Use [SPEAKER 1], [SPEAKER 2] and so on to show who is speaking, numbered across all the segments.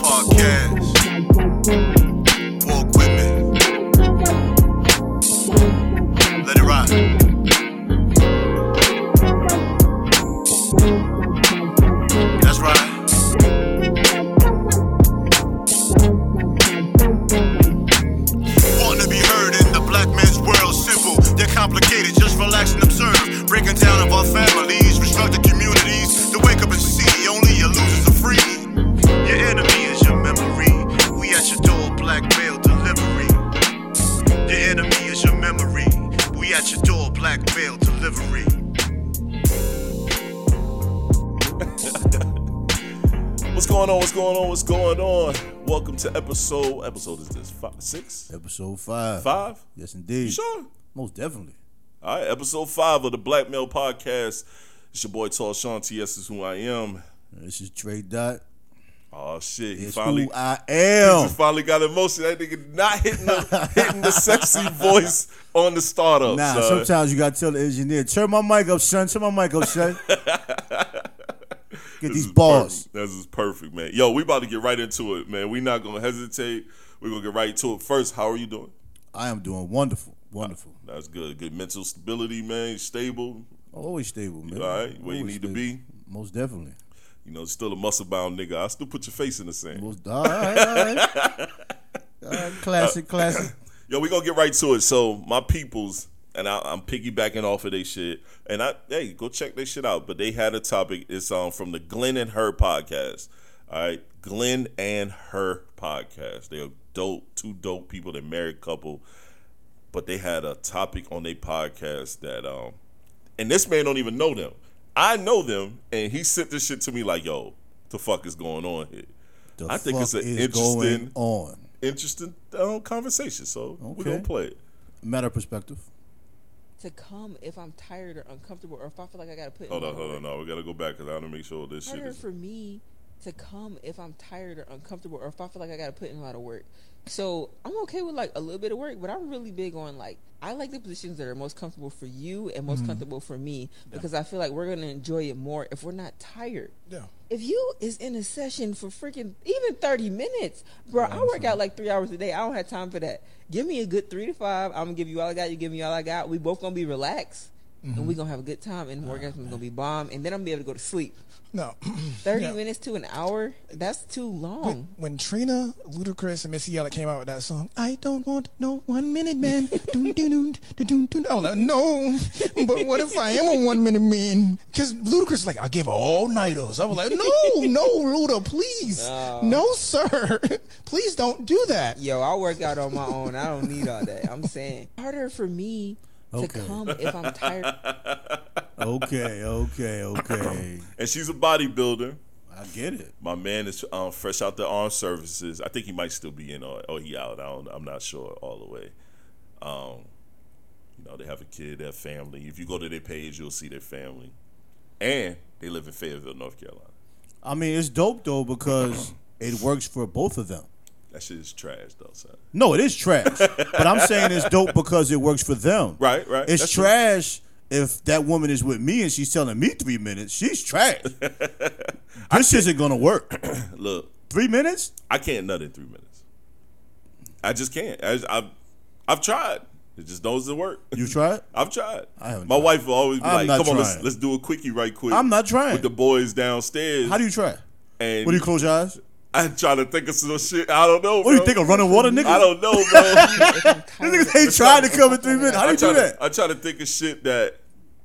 [SPEAKER 1] cash. Walk with me. Let it rock. That's right. Wanna be heard in the black man's world. Simple, yet complicated. Just relax and observe. Breaking down of our families, restructured communities. To wake up and see only your losers are free. Your enemy is your memory. We at your door, black mail delivery. Your enemy is your memory. We at your door, black mail delivery.
[SPEAKER 2] What's going on? What's going on? What's going on? Welcome to episode. Episode is this five, six,
[SPEAKER 3] Episode five.
[SPEAKER 2] five?
[SPEAKER 3] Yes, indeed.
[SPEAKER 2] Sure.
[SPEAKER 3] Most definitely.
[SPEAKER 2] All right, episode five of the Blackmail Podcast. It's your boy Tall Sean TS is who I am.
[SPEAKER 3] This is Trey Dot.
[SPEAKER 2] Oh shit, he
[SPEAKER 3] It's
[SPEAKER 2] finally
[SPEAKER 3] who I
[SPEAKER 2] he
[SPEAKER 3] am.
[SPEAKER 2] finally got emotion. That nigga not hitting the hitting the sexy voice on the startup.
[SPEAKER 3] Nah,
[SPEAKER 2] son.
[SPEAKER 3] sometimes you gotta tell the engineer, turn my mic up, son. Turn my mic up, son. Get
[SPEAKER 2] This
[SPEAKER 3] these
[SPEAKER 2] is
[SPEAKER 3] balls.
[SPEAKER 2] perfect. This is perfect, man. Yo, we about to get right into it, man. we not gonna hesitate. We're gonna get right to it. First, how are you doing?
[SPEAKER 3] I am doing wonderful. Wonderful.
[SPEAKER 2] That's good. Good mental stability, man. You Stable.
[SPEAKER 3] Always stable, man.
[SPEAKER 2] all right? Where you
[SPEAKER 3] Always
[SPEAKER 2] need to be?
[SPEAKER 3] Most definitely.
[SPEAKER 2] You know, still a muscle bound nigga. I still put your face in the sand.
[SPEAKER 3] Most all right, all right. All right,
[SPEAKER 2] Uh,
[SPEAKER 3] classic, classic.
[SPEAKER 2] Yo, we gonna get right to it. So my peoples, and I, I'm piggybacking off of they shit. And I, hey, go check their shit out. But they had a topic. It's um from the Glenn and Her podcast. All right, Glenn and Her podcast. They're dope, two dope people. They're married couple, but they had a topic on their podcast that um, and this man don't even know them. I know them, and he sent this shit to me like, yo, the fuck is going on here?
[SPEAKER 3] The
[SPEAKER 2] I think
[SPEAKER 3] fuck
[SPEAKER 2] it's an
[SPEAKER 3] is
[SPEAKER 2] interesting-
[SPEAKER 3] going on.
[SPEAKER 2] Interesting um, conversation. So we're
[SPEAKER 3] Okay.
[SPEAKER 2] gonna play it.
[SPEAKER 3] Matter of perspective.
[SPEAKER 4] to come if I'm tired or uncomfortable or if I feel like I gotta put. in
[SPEAKER 2] Hold on,
[SPEAKER 4] more
[SPEAKER 2] hold on,
[SPEAKER 4] work.
[SPEAKER 2] no, we gotta go back because I wanna make sure this
[SPEAKER 4] It's
[SPEAKER 2] shit
[SPEAKER 4] harder
[SPEAKER 2] is.
[SPEAKER 4] for me to come if I'm tired or uncomfortable or if I feel like I gotta put in a lot of work. So I'm okay with like a little bit of work, but I'm really big on like I like the positions that are most comfortable for you and
[SPEAKER 2] Mm-hmm.
[SPEAKER 4] most comfortable for me because I feel like we're gonna enjoy it more if we're not tired.
[SPEAKER 3] Yeah.
[SPEAKER 4] If you is in a session for freaking even 30 minutes, bro, I work out like three hours a day. I don't have time for that. Give me a good three to five. I'm gonna give you all I got. You give me all I got. We both gonna be relaxed and we
[SPEAKER 2] Mm-hmm.
[SPEAKER 4] gonna have a good time
[SPEAKER 2] Ah,
[SPEAKER 4] and orgasm's gonna be bomb. And then I'm gonna be able to go to sleep.
[SPEAKER 5] No.
[SPEAKER 4] 30
[SPEAKER 5] Yeah.
[SPEAKER 4] minutes to an hour, that's too long.
[SPEAKER 5] When Trina, Ludacris, and Missy Elliott came out with that song, I don't want no one minute man. Doon, doon, doon, doon, doon, doon. I was like, Oh, no, but what if I am a one minute man? Because Ludacris was like, I give all nighters. I was like, no, no, Luda, please.
[SPEAKER 4] No.
[SPEAKER 5] No, sir. please don't do that.
[SPEAKER 4] Yo, I work out on my own. I don't need all that. I'm saying harder for me
[SPEAKER 3] Okay.
[SPEAKER 4] to come if I'm tired.
[SPEAKER 3] Okay, okay, okay.
[SPEAKER 2] And she's a bodybuilder.
[SPEAKER 3] I get it.
[SPEAKER 2] My man is um, fresh out the armed services. I think he might still be in or, or he out. I don't, I'm not sure all the way. Um, you know, they have a kid, they have family. If you go to their page, you'll see their family, and they live in Fayetteville, North Carolina.
[SPEAKER 3] I mean, it's dope though because it works for both of them.
[SPEAKER 2] That shit is trash, though, son.
[SPEAKER 3] No, it is trash. but I'm saying it's dope because it works for them.
[SPEAKER 2] Right, right.
[SPEAKER 3] It's
[SPEAKER 2] That's true.
[SPEAKER 3] trash if that woman is with me and she's telling me three minutes. She's trash. this isn't gonna work.
[SPEAKER 2] Look,
[SPEAKER 3] three minutes?
[SPEAKER 2] I can't nut in three minutes. I just can't. I, I've, I've tried. It just doesn't work.
[SPEAKER 3] You tried?
[SPEAKER 2] I've tried.
[SPEAKER 3] I haven't
[SPEAKER 2] My
[SPEAKER 3] tried.
[SPEAKER 2] wife will always be like,
[SPEAKER 3] I'm not
[SPEAKER 2] "Come on, let's,
[SPEAKER 3] trying.
[SPEAKER 2] let's do a quickie right quick."
[SPEAKER 3] I'm not trying.
[SPEAKER 2] with the boys downstairs.
[SPEAKER 3] How do you try?
[SPEAKER 2] and
[SPEAKER 3] What do you close your eyes?
[SPEAKER 2] I try to think of some shit. I don't know.
[SPEAKER 3] What do you
[SPEAKER 2] bro.
[SPEAKER 3] think of running water, nigga?
[SPEAKER 2] I don't know, bro.
[SPEAKER 4] If I'm tired,
[SPEAKER 3] These niggas ain't trying to come in three minutes. How do
[SPEAKER 2] I
[SPEAKER 3] you
[SPEAKER 2] try
[SPEAKER 3] do
[SPEAKER 2] to,
[SPEAKER 3] that?
[SPEAKER 2] I try to think of shit that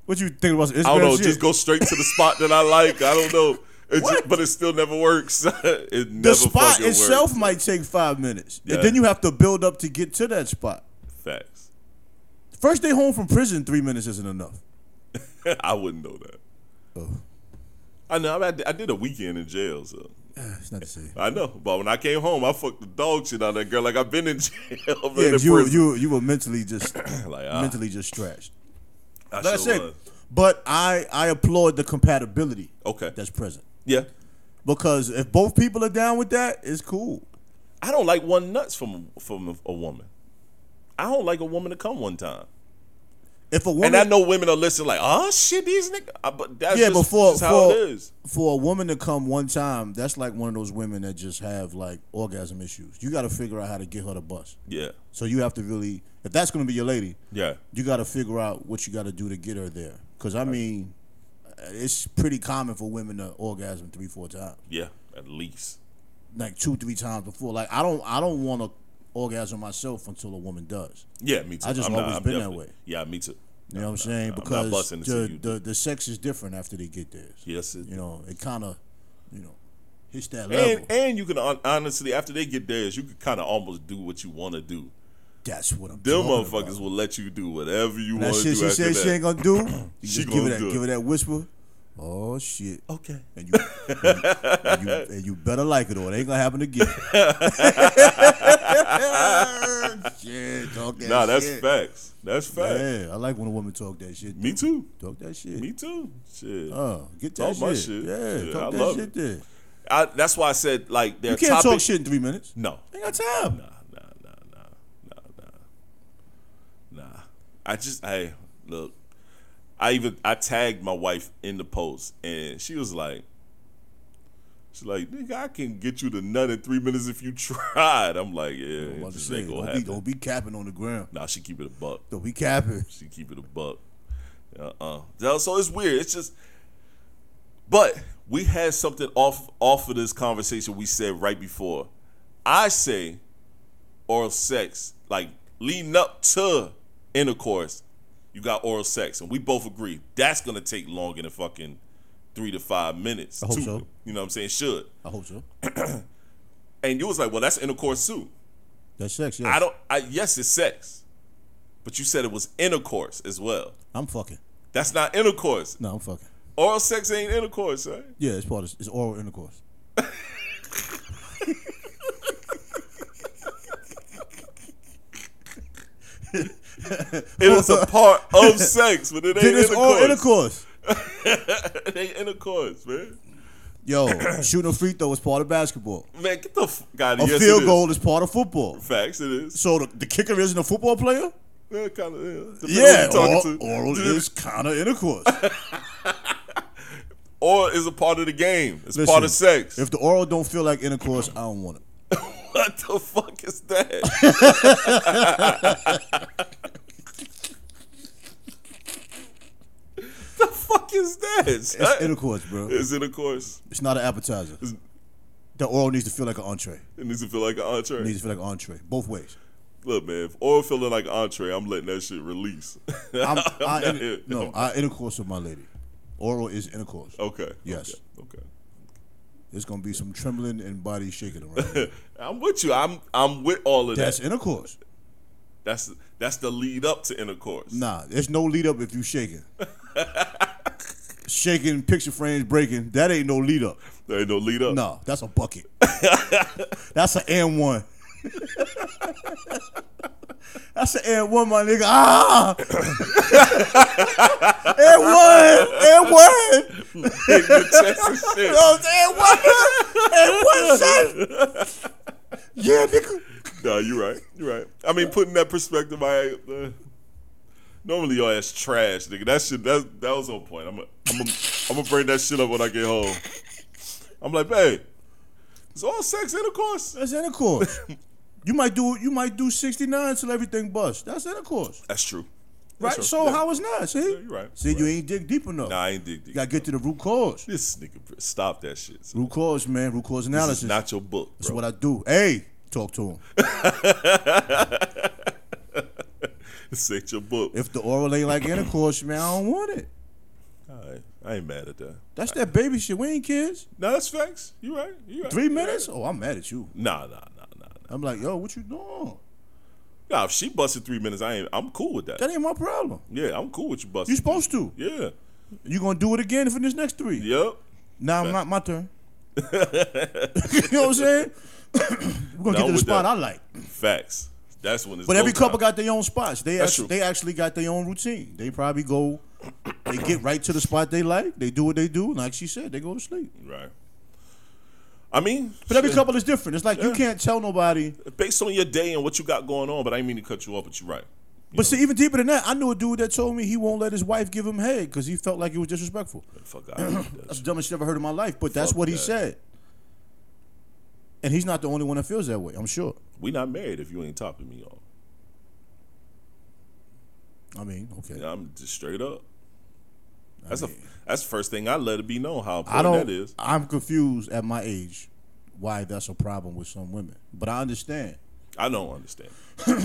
[SPEAKER 3] What you think about Instagram
[SPEAKER 2] I don't know.
[SPEAKER 3] shit?
[SPEAKER 2] Just go straight to the spot that I like. I don't know. It's
[SPEAKER 3] What?
[SPEAKER 2] just, but it still never works. it never
[SPEAKER 3] the spot
[SPEAKER 2] fucking
[SPEAKER 3] itself
[SPEAKER 2] works.
[SPEAKER 3] might take five minutes,
[SPEAKER 2] Yeah.
[SPEAKER 3] and then you have to build up to get to that spot.
[SPEAKER 2] Facts.
[SPEAKER 3] First day home from prison, three minutes isn't enough.
[SPEAKER 2] I wouldn't know that.
[SPEAKER 3] Oh.
[SPEAKER 2] I know. I, I did a weekend in jail, so
[SPEAKER 3] It's not the same.
[SPEAKER 2] I know. But when I came home, I fucked the dog shit out of that girl. Like I've been in jail. Yeah,
[SPEAKER 3] Yeah, 'cause you were, you were- you were mentally just
[SPEAKER 2] Like, ah.
[SPEAKER 3] mentally just stretched.
[SPEAKER 2] I
[SPEAKER 3] That's
[SPEAKER 2] sure
[SPEAKER 3] it.
[SPEAKER 2] was.
[SPEAKER 3] But I I applaud the compatibility
[SPEAKER 2] Okay.
[SPEAKER 3] that's present
[SPEAKER 2] Yeah.
[SPEAKER 3] because if both people are down with that, it's cool.
[SPEAKER 2] I don't like one nuts from from a, a woman. I don't like a woman to come one time.
[SPEAKER 3] If a woman,
[SPEAKER 2] And I know women are listening like, oh shit, these niggas. Uh, But that's
[SPEAKER 3] yeah,
[SPEAKER 2] just,
[SPEAKER 3] but for
[SPEAKER 2] just how
[SPEAKER 3] for,
[SPEAKER 2] it is.
[SPEAKER 3] for a woman to come one time, that's like one of those women that just have like orgasm issues. You got to figure out how to get her to bust.
[SPEAKER 2] Yeah,
[SPEAKER 3] So you have to really, if that's going to be your lady,
[SPEAKER 2] yeah.
[SPEAKER 3] you got to figure out what you got to do to get her there. Because I mean, it's pretty common for women to orgasm three, four times,
[SPEAKER 2] Yeah, at least.
[SPEAKER 3] like two, three times before. Like I don't, I don't want to orgasm myself until a woman does.
[SPEAKER 2] Yeah, me too.
[SPEAKER 3] I just
[SPEAKER 2] I'm not-
[SPEAKER 3] always
[SPEAKER 2] I'm
[SPEAKER 3] been that
[SPEAKER 2] definitely-
[SPEAKER 3] way.
[SPEAKER 2] Yeah, me too.
[SPEAKER 3] You know what I'm saying?
[SPEAKER 2] not
[SPEAKER 3] because
[SPEAKER 2] busting
[SPEAKER 3] the,
[SPEAKER 2] until you do.
[SPEAKER 3] the the sex is different after they get theirs.
[SPEAKER 2] Yes, it-
[SPEAKER 3] you know it kind of, you know, hits that level.
[SPEAKER 2] And and you can hon- honestly, after they get theirs, you can kind of almost do what you want to do.
[SPEAKER 3] That's what I'm.
[SPEAKER 2] Them
[SPEAKER 3] talking
[SPEAKER 2] motherfuckers
[SPEAKER 3] about.
[SPEAKER 2] will let you do whatever you
[SPEAKER 3] That
[SPEAKER 2] want to do
[SPEAKER 3] shit she
[SPEAKER 2] after
[SPEAKER 3] said she ain't
[SPEAKER 2] that.
[SPEAKER 3] gonna do.
[SPEAKER 2] She
[SPEAKER 3] You just give
[SPEAKER 2] gonna
[SPEAKER 3] her that,
[SPEAKER 2] do it.
[SPEAKER 3] give her that whisper. Oh shit!
[SPEAKER 2] Okay.
[SPEAKER 3] And you, and, and you, and you better like it or it ain't gonna happen again. shit, talk that
[SPEAKER 2] Nah, that's
[SPEAKER 3] shit.
[SPEAKER 2] facts. That's facts.
[SPEAKER 3] Yeah, I like when a woman talk that shit.
[SPEAKER 2] Me too.
[SPEAKER 3] Talk that shit.
[SPEAKER 2] Me too. Shit.
[SPEAKER 3] Oh, get that
[SPEAKER 2] Talk
[SPEAKER 3] shit.
[SPEAKER 2] my shit.
[SPEAKER 3] Yeah,
[SPEAKER 2] Yeah,
[SPEAKER 3] talk
[SPEAKER 2] I
[SPEAKER 3] that
[SPEAKER 2] love
[SPEAKER 3] shit
[SPEAKER 2] it.
[SPEAKER 3] there.
[SPEAKER 2] I, that's why I said like their
[SPEAKER 3] You can't
[SPEAKER 2] topic.
[SPEAKER 3] talk shit in three minutes.
[SPEAKER 2] No.
[SPEAKER 3] Ain't got time.
[SPEAKER 2] Nah, nah, nah, nah, nah, nah, nah. I just, hey, look. I even I tagged my wife in the post, and she was like, "She's like, nigga, I can get you to nut in three minutes if you tried." I'm like, "Yeah,
[SPEAKER 3] I'm
[SPEAKER 2] it
[SPEAKER 3] about to
[SPEAKER 2] just
[SPEAKER 3] say,
[SPEAKER 2] ain't gonna
[SPEAKER 3] don't be,
[SPEAKER 2] happen."
[SPEAKER 3] don't be capping on the ground.
[SPEAKER 2] Nah, she keep it a buck.
[SPEAKER 3] Don't be capping.
[SPEAKER 2] She keep it a buck. Uh uh So it's weird. It's just, but we had something off off of this conversation we said right before. I say oral sex, like leading up to intercourse, you got oral sex, and we both agree that's gonna take longer than fucking three to five minutes.
[SPEAKER 3] I hope
[SPEAKER 2] Two-
[SPEAKER 3] so.
[SPEAKER 2] You know what I'm saying? Should.
[SPEAKER 3] I hope so.
[SPEAKER 2] And you was like, well, that's intercourse too.
[SPEAKER 3] That's sex. Yes.
[SPEAKER 2] I don't. I yes, it's sex, but you said it was intercourse as well.
[SPEAKER 3] I'm fucking.
[SPEAKER 2] That's not intercourse.
[SPEAKER 3] No, I'm fucking.
[SPEAKER 2] Oral sex ain't intercourse, right?
[SPEAKER 3] Yeah, it's part of it's oral intercourse.
[SPEAKER 2] It is a part of sex, but it ain't
[SPEAKER 3] Then it's oral
[SPEAKER 2] intercourse.
[SPEAKER 3] intercourse.
[SPEAKER 2] it ain't intercourse, man.
[SPEAKER 3] Yo, shooting a free throw is part of basketball.
[SPEAKER 2] Man, get the fuck out
[SPEAKER 3] A
[SPEAKER 2] of here. Yes,
[SPEAKER 3] field
[SPEAKER 2] it is.
[SPEAKER 3] goal is. part of football.
[SPEAKER 2] Facts, it is.
[SPEAKER 3] So the, the kicker isn't a football player.
[SPEAKER 2] Yeah, kind of. Yeah, Depending on who you're
[SPEAKER 3] Yeah, or,
[SPEAKER 2] talking to.
[SPEAKER 3] oral is kind of intercourse.
[SPEAKER 2] Oral is a part of the game. It's
[SPEAKER 3] Listen,
[SPEAKER 2] part of sex.
[SPEAKER 3] If the oral don't feel like intercourse, I don't want it.
[SPEAKER 2] what the fuck is that? the fuck is that?
[SPEAKER 3] It's
[SPEAKER 2] son?
[SPEAKER 3] intercourse, bro.
[SPEAKER 2] It's intercourse.
[SPEAKER 3] It's not an appetizer. The oral needs to feel like an entree.
[SPEAKER 2] It needs to feel like an
[SPEAKER 3] It
[SPEAKER 2] entree.
[SPEAKER 3] needs to feel like an entree, both ways.
[SPEAKER 2] Look, man, if oil feeling like entree, I'm letting that shit release.
[SPEAKER 3] I'm, I,
[SPEAKER 2] not here.
[SPEAKER 3] no, I intercourse with my lady. Oral is intercourse.
[SPEAKER 2] Okay.
[SPEAKER 3] Yes.
[SPEAKER 2] Okay.
[SPEAKER 3] There's gonna be some trembling and body shaking around.
[SPEAKER 2] okay. I'm with you. I'm I'm with all of
[SPEAKER 3] That's
[SPEAKER 2] that.
[SPEAKER 3] intercourse.
[SPEAKER 2] That's that's the lead up to intercourse.
[SPEAKER 3] Nah, there's no lead up if you shaking. shaking, picture frames breaking. That ain't no lead up.
[SPEAKER 2] There ain't no lead up.
[SPEAKER 3] No, that's a bucket. that's an and one. That's an and one, my nigga. Ah, and one, and one.
[SPEAKER 2] Big good chest and shit.
[SPEAKER 3] Yo, and one, and one, son. Yeah, nigga.
[SPEAKER 2] Nah, you're right. You're right. I mean, putting that perspective, I uh, normally your ass trash, nigga. That shit. That that was on point. I'm i I'm i I'm gonna bring that shit up when I get home. I'm like, babe, it's all sex intercourse.
[SPEAKER 3] That's intercourse. You might do you might do 69 till everything busts. That's intercourse.
[SPEAKER 2] That's true. That's
[SPEAKER 3] Right?
[SPEAKER 2] true.
[SPEAKER 3] so
[SPEAKER 2] Yeah.
[SPEAKER 3] how is not? See?
[SPEAKER 2] you're right.
[SPEAKER 3] See,
[SPEAKER 2] You're
[SPEAKER 3] you
[SPEAKER 2] right.
[SPEAKER 3] ain't dig deep enough.
[SPEAKER 2] Nah, I ain't dig
[SPEAKER 3] You
[SPEAKER 2] deep.
[SPEAKER 3] gotta get to the root cause.
[SPEAKER 2] This nigga, bro, stop that shit. son.
[SPEAKER 3] Root cause, man. Root cause
[SPEAKER 2] This
[SPEAKER 3] analysis.
[SPEAKER 2] is not your book.
[SPEAKER 3] That's
[SPEAKER 2] bro.
[SPEAKER 3] what I do. Hey, talk to him.
[SPEAKER 2] This ain't your book.
[SPEAKER 3] If the oral ain't like intercourse, man, I don't want it.
[SPEAKER 2] Alright, I ain't mad at that.
[SPEAKER 3] That's that baby shit. We ain't kids.
[SPEAKER 2] No, that's facts. You right. You right.
[SPEAKER 3] Three
[SPEAKER 2] You
[SPEAKER 3] minutes?
[SPEAKER 2] Right.
[SPEAKER 3] Oh, I'm mad at you.
[SPEAKER 2] Nah, nah, nah, nah, nah.
[SPEAKER 3] I'm like, yo, what you doing?
[SPEAKER 2] Nah, if she busted three minutes, I ain't. I'm cool with that.
[SPEAKER 3] That ain't my problem.
[SPEAKER 2] yeah, I'm cool with you busting.
[SPEAKER 3] You supposed to.
[SPEAKER 2] Yeah.
[SPEAKER 3] You gonna do it again for this next three.
[SPEAKER 2] Yep.
[SPEAKER 3] Now I'm not my turn. you know what I'm saying? We're gonna
[SPEAKER 2] Done
[SPEAKER 3] get to the
[SPEAKER 2] with
[SPEAKER 3] spot
[SPEAKER 2] that.
[SPEAKER 3] I like.
[SPEAKER 2] Facts. That's when it's.
[SPEAKER 3] But every
[SPEAKER 2] go time.
[SPEAKER 3] couple got their own spots. They
[SPEAKER 2] That's
[SPEAKER 3] act-
[SPEAKER 2] true.
[SPEAKER 3] they actually got their own routine. They probably go, they get right to the spot they like. They do what they do. Like she said, they go to sleep.
[SPEAKER 2] Right. I mean,
[SPEAKER 3] But every couple is different. It's like you
[SPEAKER 2] Yeah.
[SPEAKER 3] can't tell nobody.
[SPEAKER 2] based on your day and what you got going on, but I ain't mean to cut you off, but you're right.
[SPEAKER 3] But see, even deeper than that, I knew a dude that told me he won't let his wife give him head because he felt like it was disrespectful.
[SPEAKER 2] Fuck, I hate that
[SPEAKER 3] That's
[SPEAKER 2] shit.
[SPEAKER 3] the dumbest shit I've ever heard in my life, but that's
[SPEAKER 2] Fuck
[SPEAKER 3] what he
[SPEAKER 2] that.
[SPEAKER 3] said. And he's not the only one that feels that way, I'm sure.
[SPEAKER 2] We not married if you ain't topping me off.
[SPEAKER 3] I mean, okay.
[SPEAKER 2] Yeah, I'm just straight up. That's a that's the first thing I let it be known how
[SPEAKER 3] I
[SPEAKER 2] important
[SPEAKER 3] don't.
[SPEAKER 2] that is.
[SPEAKER 3] I'm confused at my age why that's a problem with some women, but I understand.
[SPEAKER 2] I don't understand.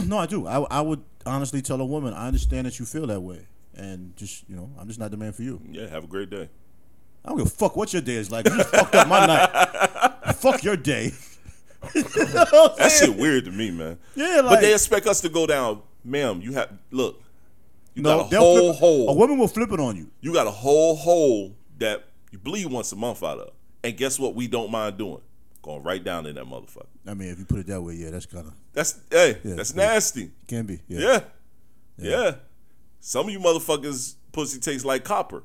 [SPEAKER 3] no, I do. I, I would honestly tell a woman, I understand that you feel that way, and just you know, I'm just not the man for you.
[SPEAKER 2] Yeah, have a great day.
[SPEAKER 3] I don't give a fuck what your day is like. You just fucked up my night. fuck your day. You know what I'm
[SPEAKER 2] That
[SPEAKER 3] saying?
[SPEAKER 2] shit weird to me, man.
[SPEAKER 3] Yeah,
[SPEAKER 2] but
[SPEAKER 3] like-
[SPEAKER 2] they expect us to go down, ma'am. You have look. You got a
[SPEAKER 3] they'll
[SPEAKER 2] whole
[SPEAKER 3] flip-
[SPEAKER 2] hole.
[SPEAKER 3] A woman will flip it on you.
[SPEAKER 2] You got a whole hole that you bleed once a month out of. And guess what? We don't mind doing going right down in that motherfucker.
[SPEAKER 3] I mean, if you put it that way, yeah, that's kind of
[SPEAKER 2] That's hey,
[SPEAKER 3] Yeah,
[SPEAKER 2] that's
[SPEAKER 3] yeah.
[SPEAKER 2] nasty.
[SPEAKER 3] can be. Yeah.
[SPEAKER 2] Yeah. yeah, Some of you motherfuckers pussy tastes like copper.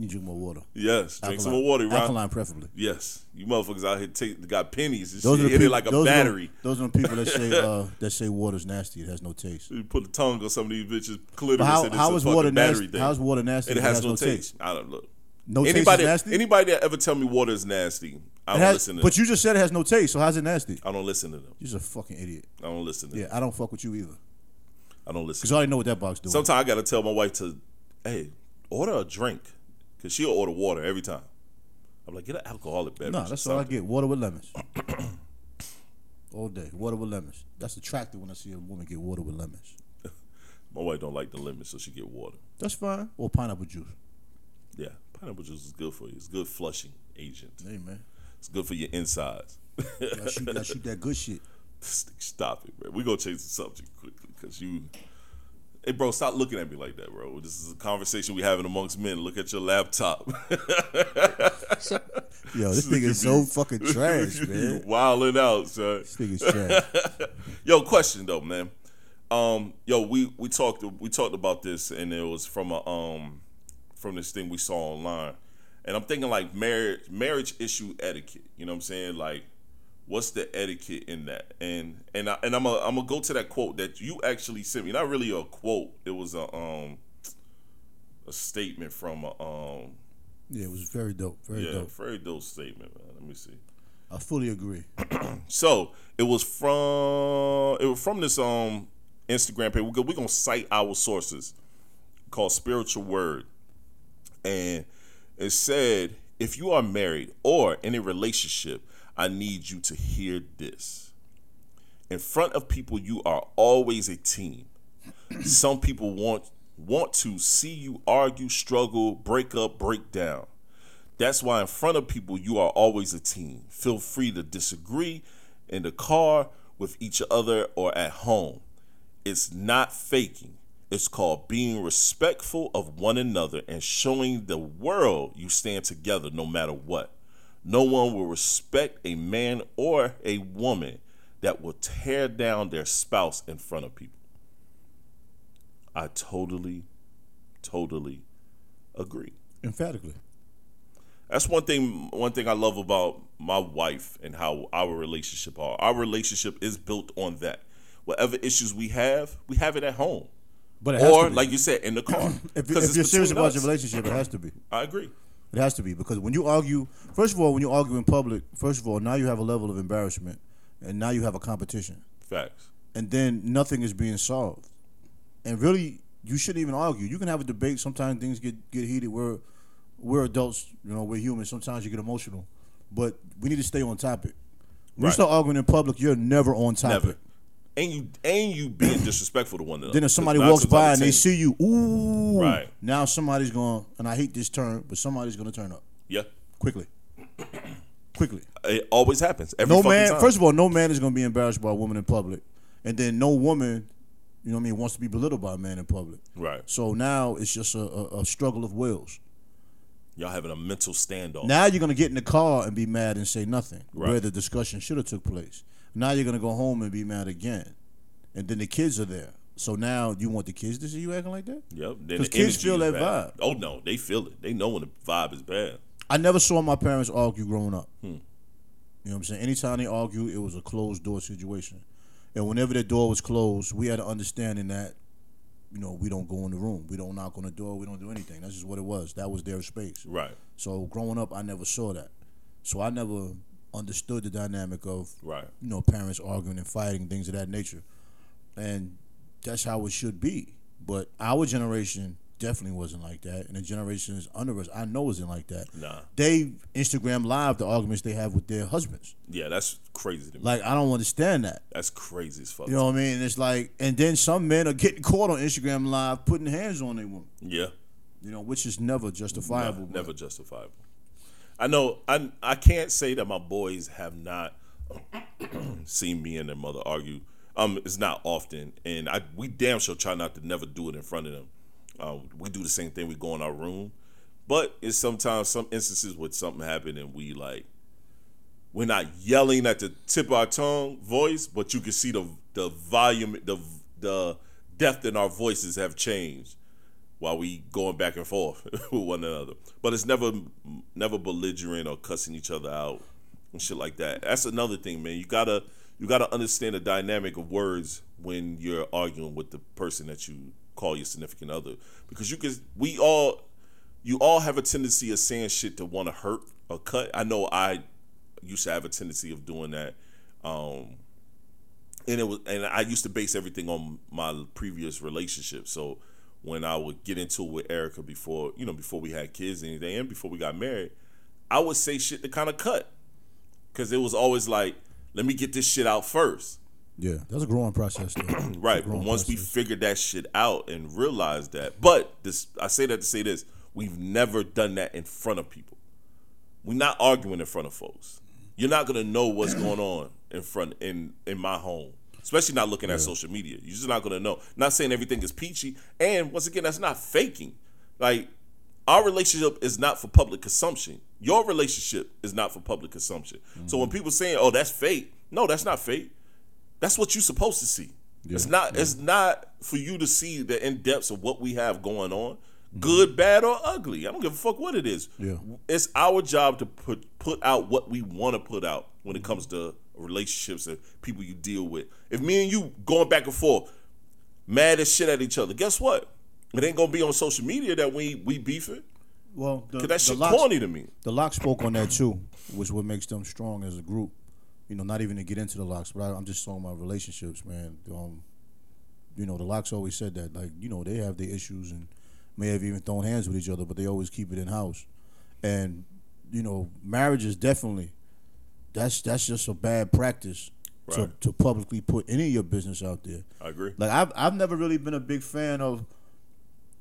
[SPEAKER 3] You drink more water.
[SPEAKER 2] Yes, drink some
[SPEAKER 3] Alkaline-
[SPEAKER 2] more water, Ron.
[SPEAKER 3] Alkaline, preferably.
[SPEAKER 2] Yes, you motherfuckers out here take, got pennies and
[SPEAKER 3] Those
[SPEAKER 2] shit.
[SPEAKER 3] are the
[SPEAKER 2] hit
[SPEAKER 3] people,
[SPEAKER 2] it like a
[SPEAKER 3] those are the-
[SPEAKER 2] battery.
[SPEAKER 3] those are the people that say uh, that say water's nasty. It has no taste.
[SPEAKER 2] You put a tongue on some of these bitches' clitoris.
[SPEAKER 3] But how,
[SPEAKER 2] and it's
[SPEAKER 3] how
[SPEAKER 2] a
[SPEAKER 3] is
[SPEAKER 2] fucking
[SPEAKER 3] water
[SPEAKER 2] battery
[SPEAKER 3] nasty?
[SPEAKER 2] Thing.
[SPEAKER 3] How is water nasty?
[SPEAKER 2] It
[SPEAKER 3] if
[SPEAKER 2] has, no, taste. I don't look.
[SPEAKER 3] No taste is
[SPEAKER 2] anybody,
[SPEAKER 3] nasty?
[SPEAKER 2] Anybody that ever tell me water is nasty, I
[SPEAKER 3] It
[SPEAKER 2] don't
[SPEAKER 3] has-
[SPEAKER 2] listen to.
[SPEAKER 3] but
[SPEAKER 2] them.
[SPEAKER 3] you just said it has no taste, so how's it nasty?
[SPEAKER 2] I don't listen to them.
[SPEAKER 3] You're just a fucking idiot.
[SPEAKER 2] I don't listen to
[SPEAKER 3] Yeah,
[SPEAKER 2] them.
[SPEAKER 3] I don't fuck with you either.
[SPEAKER 2] I don't listen.
[SPEAKER 3] Cause I already know what that box doing.
[SPEAKER 2] Sometimes I gotta tell my wife to, hey, order a drink, cause she'll order water every time. I'm like, get an alcoholic beverage.
[SPEAKER 3] no,
[SPEAKER 2] or
[SPEAKER 3] that's all I
[SPEAKER 2] something."
[SPEAKER 3] get. Water with lemons. All day. Water with lemons. That's attractive when I see a woman get water with lemons.
[SPEAKER 2] My wife don't like the lemon, so she get water.
[SPEAKER 3] That's fine. Or pineapple juice.
[SPEAKER 2] Yeah, pineapple juice is good for you. It's good flushing agent.
[SPEAKER 3] Hey man.
[SPEAKER 2] It's good for your insides.
[SPEAKER 3] Gotta shoot, gotta shoot that good shit.
[SPEAKER 2] Stop it, bro. We gonna change the subject quickly, cause you. Hey, bro, stop looking at me like that, bro. This is a conversation we having amongst men. Look at your laptop.
[SPEAKER 4] So,
[SPEAKER 3] Yo, this nigga is so fucking trash, man.
[SPEAKER 2] Wilding out, son.
[SPEAKER 3] This nigga's trash.
[SPEAKER 2] Yo, question though, man. Um, yo, we we talked we talked about this, and it was from a um from this thing we saw online, and I'm thinking like marriage marriage issue etiquette. You know what I'm saying? Like, what's the etiquette in that? And and I, and I'm a, I'm gonna go to that quote that you actually sent me. Not really a quote. It was a um a statement from a um
[SPEAKER 3] Yeah, it was very dope. Very
[SPEAKER 2] yeah
[SPEAKER 3] dope.
[SPEAKER 2] very dope statement, man. Let me see.
[SPEAKER 3] I fully agree.
[SPEAKER 2] So it was from it was from this um Instagram page. We're gonna, we're gonna cite our sources called Spiritual Word, and it said, "If you are married or in a relationship, I need you to hear this. In front of people, you are always a team. Some people want want to see you argue, struggle, break up, break down." That's why in front of people, you are always a team. Feel free to disagree in the car, with each other, or at home. It's not faking. It's called being respectful of one another and showing the world you stand together no matter what. No one will respect a man or a woman that will tear down their spouse in front of people. I totally, totally agree.
[SPEAKER 3] Emphatically.
[SPEAKER 2] That's one thing. One thing I love about my wife and how our relationship are. Our relationship is built on that. Whatever issues we have, we have it at home,
[SPEAKER 3] But it has
[SPEAKER 2] or
[SPEAKER 3] to be.
[SPEAKER 2] like you said, in the car.
[SPEAKER 3] if,
[SPEAKER 2] 'Cause
[SPEAKER 3] if
[SPEAKER 2] it's
[SPEAKER 3] you're serious
[SPEAKER 2] between
[SPEAKER 3] about
[SPEAKER 2] us.
[SPEAKER 3] your relationship, it has to be.
[SPEAKER 2] I agree.
[SPEAKER 3] It has to be because when you argue, first of all, when you argue in public, first of all, now you have a level of embarrassment, and now you have a competition,
[SPEAKER 2] Facts.
[SPEAKER 3] and then nothing is being solved. And really, you shouldn't even argue. You can have a debate. Sometimes things get get heated. We're we're adults, you know. We're human. Sometimes you get emotional, but we need to stay on topic. When you
[SPEAKER 2] Right.
[SPEAKER 3] start arguing in public, you're never on topic.
[SPEAKER 2] Never. And you and you being disrespectful to one another.
[SPEAKER 3] Then if somebody
[SPEAKER 2] Nine
[SPEAKER 3] walks
[SPEAKER 2] times out
[SPEAKER 3] by
[SPEAKER 2] of
[SPEAKER 3] and they
[SPEAKER 2] ten.
[SPEAKER 3] see you, ooh,
[SPEAKER 2] Right.
[SPEAKER 3] now somebody's going. to And I hate this term, but somebody's going to turn up
[SPEAKER 2] yeah,
[SPEAKER 3] quickly, quickly.
[SPEAKER 2] it always happens. Every
[SPEAKER 3] no
[SPEAKER 2] fucking
[SPEAKER 3] man.
[SPEAKER 2] time.
[SPEAKER 3] First of all, no man is gonna be embarrassed by a woman in public, and then no woman, you know what I mean, wants to be belittled by a man in public.
[SPEAKER 2] right.
[SPEAKER 3] So now it's just a, a, a struggle of wills.
[SPEAKER 2] Y'all having a mental standoff.
[SPEAKER 3] Now you're gonna get in the car and be mad and say nothing,
[SPEAKER 2] Right.
[SPEAKER 3] where the discussion should have took place. Now you're gonna go home and be mad again, and then the kids are there. So now you want the kids to see you acting like that?
[SPEAKER 2] yep. Then
[SPEAKER 3] 'Cause
[SPEAKER 2] the
[SPEAKER 3] kids
[SPEAKER 2] energy
[SPEAKER 3] feel
[SPEAKER 2] is
[SPEAKER 3] that
[SPEAKER 2] bad. Oh no, they feel it. They know when the vibe is bad.
[SPEAKER 3] I never saw my parents argue growing up. You know what I'm saying? Anytime they argued, it was a closed door situation. And whenever the door was closed, we had an understanding that you know, we don't go in the room, we don't knock on the door, we don't do anything. That's just what it was. That was their space.
[SPEAKER 2] Right.
[SPEAKER 3] So growing up, I never saw that. So I never understood the dynamic of
[SPEAKER 2] Right.
[SPEAKER 3] you know parents arguing and fighting things of that nature, and that's how it should be. But our generation definitely wasn't like that, and the generations under us, I know, isn't like that.
[SPEAKER 2] Nah.
[SPEAKER 3] They Instagram live the arguments they have with their husbands.
[SPEAKER 2] Yeah, that's crazy to me.
[SPEAKER 3] Like I don't understand that.
[SPEAKER 2] that's crazy as fuck.
[SPEAKER 3] You know what I mean? It's like, and then some men are getting caught on Instagram live putting hands on their woman.
[SPEAKER 2] yeah.
[SPEAKER 3] You know, which is never justifiable.
[SPEAKER 2] Never,
[SPEAKER 3] but-
[SPEAKER 2] never justifiable. I know I I can't say that my boys have not seen me and their mother argue. Um, it's not often, and I we damn sure try not to never do it in front of them. Uh, we do the same thing. We go in our room, but it's sometimes some instances where something happened and we like we're not yelling at the tip of our tongue voice, but you can see the the volume, the the depth in our voices have changed while we going back and forth with one another. But it's never never belligerent or cussing each other out and shit like that. That's another thing, man. You gotta you gotta understand the dynamic of words when you're arguing with the person that you call your significant other, because you can. We all you all have a tendency of saying shit to want to hurt or cut. I know I used to have a tendency of doing that. Um, and it was and I used to base everything on my previous relationship. So when I would get into it with Erica before, you know, before we had kids and anything and before we got married, I would say shit to kind of cut. Cause it was always like, let me get this shit out first.
[SPEAKER 3] Yeah, that's a growing process. Though.
[SPEAKER 2] Right. But once we figured that shit out and realized that, but this I say that to say this, we've never done that in front of people. We're not arguing in front of folks. You're not gonna know what's going on in front in in my home. Especially not looking at social media. You're just not gonna know. Not saying everything is peachy. And once again, that's not faking. Like our relationship is not for public consumption. Your relationship is not for public consumption. So when people saying, "Oh, that's fake," no, that's not fake. That's what you're supposed to see. It's not. It's not for you to see the in depths of what we have going on, good, bad, or ugly. I don't give a fuck what it is.
[SPEAKER 3] Yeah.
[SPEAKER 2] It's our job to put put out what we want to put out when it comes to relationships and people you deal with. If me and you going back and forth, mad as shit at each other, guess what? It ain't gonna be on social media that we we beefing.
[SPEAKER 3] Well, the,
[SPEAKER 2] 'Cause that
[SPEAKER 3] the
[SPEAKER 2] shit
[SPEAKER 3] locks-
[SPEAKER 2] corny to me.
[SPEAKER 3] The lock spoke on that too, which what makes them strong as a group. You know, not even to get into the locks, but I, I'm just talking about relationships, man. Um, you know, the locks always said that, like, you know, they have their issues and may have even thrown hands with each other, but they always keep it in house. And you know, marriage is definitely that's that's just a bad practice to,
[SPEAKER 2] Right.
[SPEAKER 3] to publicly put any of your business out there.
[SPEAKER 2] I agree.
[SPEAKER 3] Like I've I've never really been a big fan of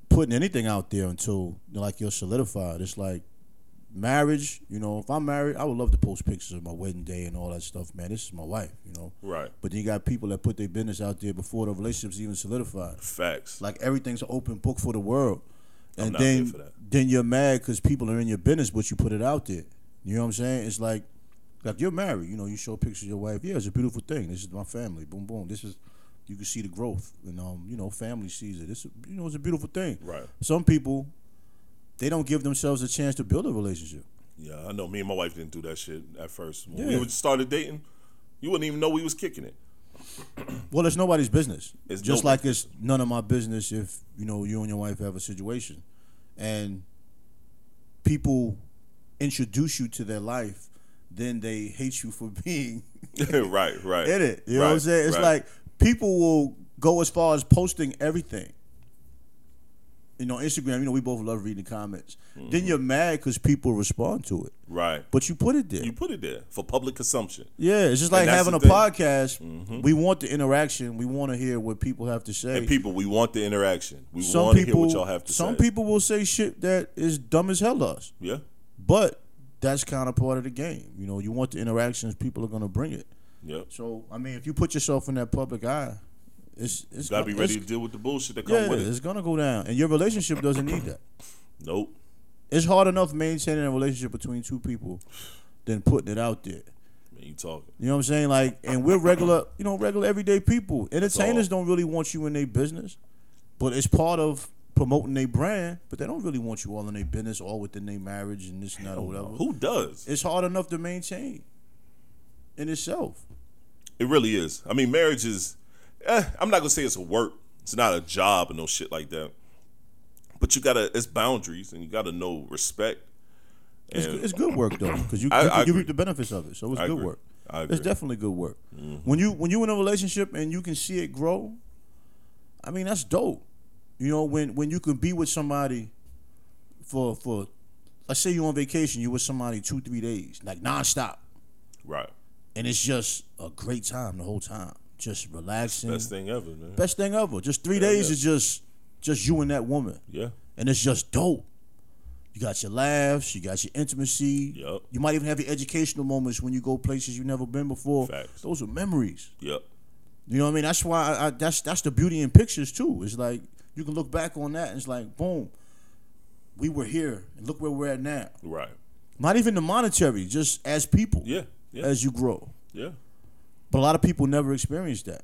[SPEAKER 3] putting anything out there until you know, like you're solidified. It's like marriage, you know, if I'm married, I would love to post pictures of my wedding day and all that stuff, man. This is my wife, you know.
[SPEAKER 2] Right.
[SPEAKER 3] But then you got people that put their business out there before the relationship's even solidified.
[SPEAKER 2] Facts.
[SPEAKER 3] Like everything's an open book for the world. And
[SPEAKER 2] not
[SPEAKER 3] then
[SPEAKER 2] here for that.
[SPEAKER 3] then you're mad cuz people are in your business but you put it out there. You know what I'm saying? It's like like you're married, you know, you show pictures of your wife. Yeah, it's a beautiful thing. This is my family. Boom boom. This is you can see the growth and um, you know, family sees it. It's a, you know, it's a beautiful thing.
[SPEAKER 2] Right.
[SPEAKER 3] Some people they don't give themselves a chance to build a relationship.
[SPEAKER 2] Yeah, I know. Me and my wife didn't do that shit at first. When
[SPEAKER 3] Yeah.
[SPEAKER 2] we would- started dating, you wouldn't even know we was kicking it.
[SPEAKER 3] Well, it's nobody's business.
[SPEAKER 2] It's nobody's
[SPEAKER 3] just like it's none of my business if you know you and your wife have a situation, and people introduce you to their life, then they hate you for being
[SPEAKER 2] right, right.
[SPEAKER 3] in it. You know what I'm
[SPEAKER 2] Right,
[SPEAKER 3] saying? It's
[SPEAKER 2] right.
[SPEAKER 3] like people will go as far as posting everything. You know, Instagram. You know, we both love reading the comments. Then
[SPEAKER 2] Mm-hmm.
[SPEAKER 3] you're mad because people respond to it,
[SPEAKER 2] right.
[SPEAKER 3] but you put it there.
[SPEAKER 2] You put it there for public consumption.
[SPEAKER 3] Yeah, it's just like
[SPEAKER 2] that's
[SPEAKER 3] having
[SPEAKER 2] the
[SPEAKER 3] a
[SPEAKER 2] thing. Mm-hmm.
[SPEAKER 3] podcast. We want the interaction. We want to hear what people have to say.
[SPEAKER 2] And people, we want the interaction. We
[SPEAKER 3] some
[SPEAKER 2] want to
[SPEAKER 3] people,
[SPEAKER 2] hear what y'all have to
[SPEAKER 3] some
[SPEAKER 2] say.
[SPEAKER 3] people will say shit that is dumb as hell to us,
[SPEAKER 2] yeah,
[SPEAKER 3] but that's kind of part of the game. You know, you want the interactions. People are gonna bring it.
[SPEAKER 2] yeah.
[SPEAKER 3] So I mean, if you put yourself in that public eye, it's it's
[SPEAKER 2] Gotta be
[SPEAKER 3] it's-
[SPEAKER 2] ready to deal with the bullshit that come
[SPEAKER 3] Yeah,
[SPEAKER 2] with it.
[SPEAKER 3] it's gonna go down, and your relationship doesn't need that.
[SPEAKER 2] Nope.
[SPEAKER 3] It's hard enough maintaining a relationship between two people than putting it out there.
[SPEAKER 2] Man, you talking?
[SPEAKER 3] You know what I'm saying? Like, and we're regular, you know, regular everyday people. Entertainers
[SPEAKER 2] all.
[SPEAKER 3] don't really want you in their business, but it's part of promoting their brand. But they don't really want you all in their business, all within their marriage and this and that or whatever.
[SPEAKER 2] Who does?
[SPEAKER 3] It's hard enough to maintain in itself.
[SPEAKER 2] It really is. I mean, marriage is. Eh, I'm not gonna say it's a work It's not a job and no shit like that. But you gotta, it's boundaries and you gotta know respect.
[SPEAKER 3] It's,
[SPEAKER 2] And-
[SPEAKER 3] good- it's good work though, because you,
[SPEAKER 2] I-
[SPEAKER 3] you,
[SPEAKER 2] I
[SPEAKER 3] you
[SPEAKER 2] agree.
[SPEAKER 3] reap the benefits of it. So it's
[SPEAKER 2] I
[SPEAKER 3] good
[SPEAKER 2] agree.
[SPEAKER 3] work.
[SPEAKER 2] I
[SPEAKER 3] It's
[SPEAKER 2] agree. Mm-hmm.
[SPEAKER 3] definitely good work. When you when you in a relationship and you can see it grow, I mean that's dope. You know when when you can be with somebody for for let's say you're on vacation, you with somebody two three days like nonstop,
[SPEAKER 2] right.
[SPEAKER 3] and it's just a great time the whole time, just relaxing.
[SPEAKER 2] Best thing ever, man.
[SPEAKER 3] Best thing ever. Just three days
[SPEAKER 2] yeah.
[SPEAKER 3] is just just you and that woman
[SPEAKER 2] Yeah.
[SPEAKER 3] and it's just dope. You got your laughs, you got your intimacy.
[SPEAKER 2] Yup.
[SPEAKER 3] You might even have your educational moments when you go places you've never been before.
[SPEAKER 2] Facts.
[SPEAKER 3] Those are memories.
[SPEAKER 2] Yep.
[SPEAKER 3] You know what I mean? That's why I, I, that's that's the beauty in pictures too. It's like you can look back on that and it's like boom, we were here and look where we're at now.
[SPEAKER 2] Right.
[SPEAKER 3] Not even the monetary, just as people.
[SPEAKER 2] Yeah. Yeah.
[SPEAKER 3] As you grow,
[SPEAKER 2] yeah.
[SPEAKER 3] but a lot of people never experience that.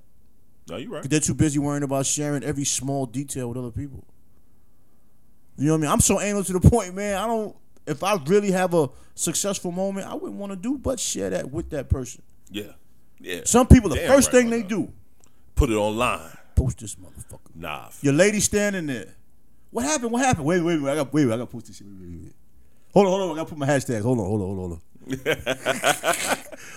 [SPEAKER 2] No, you're right.
[SPEAKER 3] They're too busy worrying about sharing every small detail with other people. You know what I mean? I'm so anal to the point, man. I don't. If I really have a successful moment, I wouldn't want to do but share that with that person.
[SPEAKER 2] Yeah. Yeah.
[SPEAKER 3] Some people, the
[SPEAKER 2] Damn
[SPEAKER 3] first
[SPEAKER 2] right,
[SPEAKER 3] thing
[SPEAKER 2] why
[SPEAKER 3] they
[SPEAKER 2] not?
[SPEAKER 3] do,
[SPEAKER 2] Put it online.
[SPEAKER 3] post this motherfucker.
[SPEAKER 2] Nah. f-
[SPEAKER 3] Your lady standing there. What happened? What happened? Wait, wait, wait. I got wait. wait I got to post this shit. Wait, wait, wait. Hold on, hold on. I got to put my hashtag. Hold on, hold on, hold on, hold on.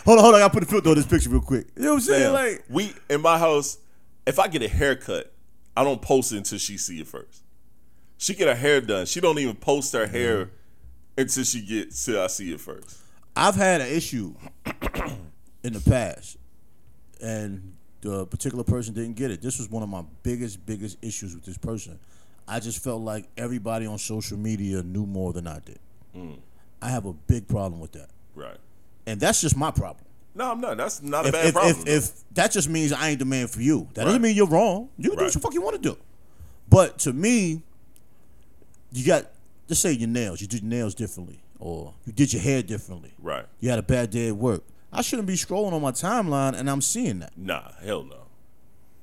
[SPEAKER 3] hold on, hold on. I got to put the filter on this picture real quick. You know what I'm saying?
[SPEAKER 2] Damn.
[SPEAKER 3] Like,
[SPEAKER 2] we in my house, if I get a haircut, I don't post it until she see it first. She get her hair done. She don't even post her
[SPEAKER 3] Mm-hmm.
[SPEAKER 2] hair until she gets till I see it first.
[SPEAKER 3] I've had an issue in the past, and the particular person didn't get it. This was one of my biggest, biggest issues with this person. I just felt like everybody on social media knew more than I did. I have a big problem with that,
[SPEAKER 2] Right.
[SPEAKER 3] and that's just my problem.
[SPEAKER 2] No, I'm not. That's not a
[SPEAKER 3] If,
[SPEAKER 2] bad
[SPEAKER 3] if,
[SPEAKER 2] problem.
[SPEAKER 3] if,
[SPEAKER 2] though.
[SPEAKER 3] if that just means I ain't the man for you, that doesn't
[SPEAKER 2] Right.
[SPEAKER 3] mean you're wrong. You can do what
[SPEAKER 2] Right.
[SPEAKER 3] the fuck you want to do, but to me, you got let's say your nails. You did your nails differently, or you did your hair differently.
[SPEAKER 2] right.
[SPEAKER 3] You had a bad day at work. I shouldn't be scrolling on my timeline and I'm seeing that.
[SPEAKER 2] Nah. Hell no.
[SPEAKER 3] You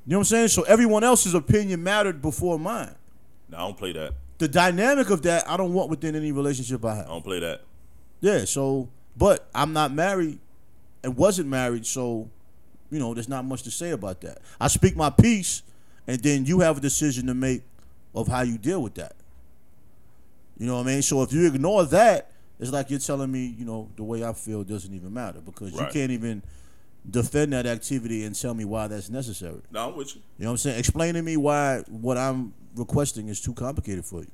[SPEAKER 3] know what I'm saying? So everyone else's opinion mattered before mine.
[SPEAKER 2] Nah. I don't play that.
[SPEAKER 3] The dynamic of that I don't want within any relationship I
[SPEAKER 2] I
[SPEAKER 3] have.
[SPEAKER 2] don't play that.
[SPEAKER 3] Yeah, so but I'm not married and wasn't married, so you know, there's not much to say about that. I speak my piece and then you have a decision to make of how you deal with that. You know what I mean? So if you ignore that, it's like you're telling me, you know, the way I feel doesn't even matter because you
[SPEAKER 2] Right.
[SPEAKER 3] can't even defend that activity and tell me why that's necessary.
[SPEAKER 2] Nah. I'm with you.
[SPEAKER 3] You know what I'm saying? Explain to me why what I'm requesting is too complicated for you.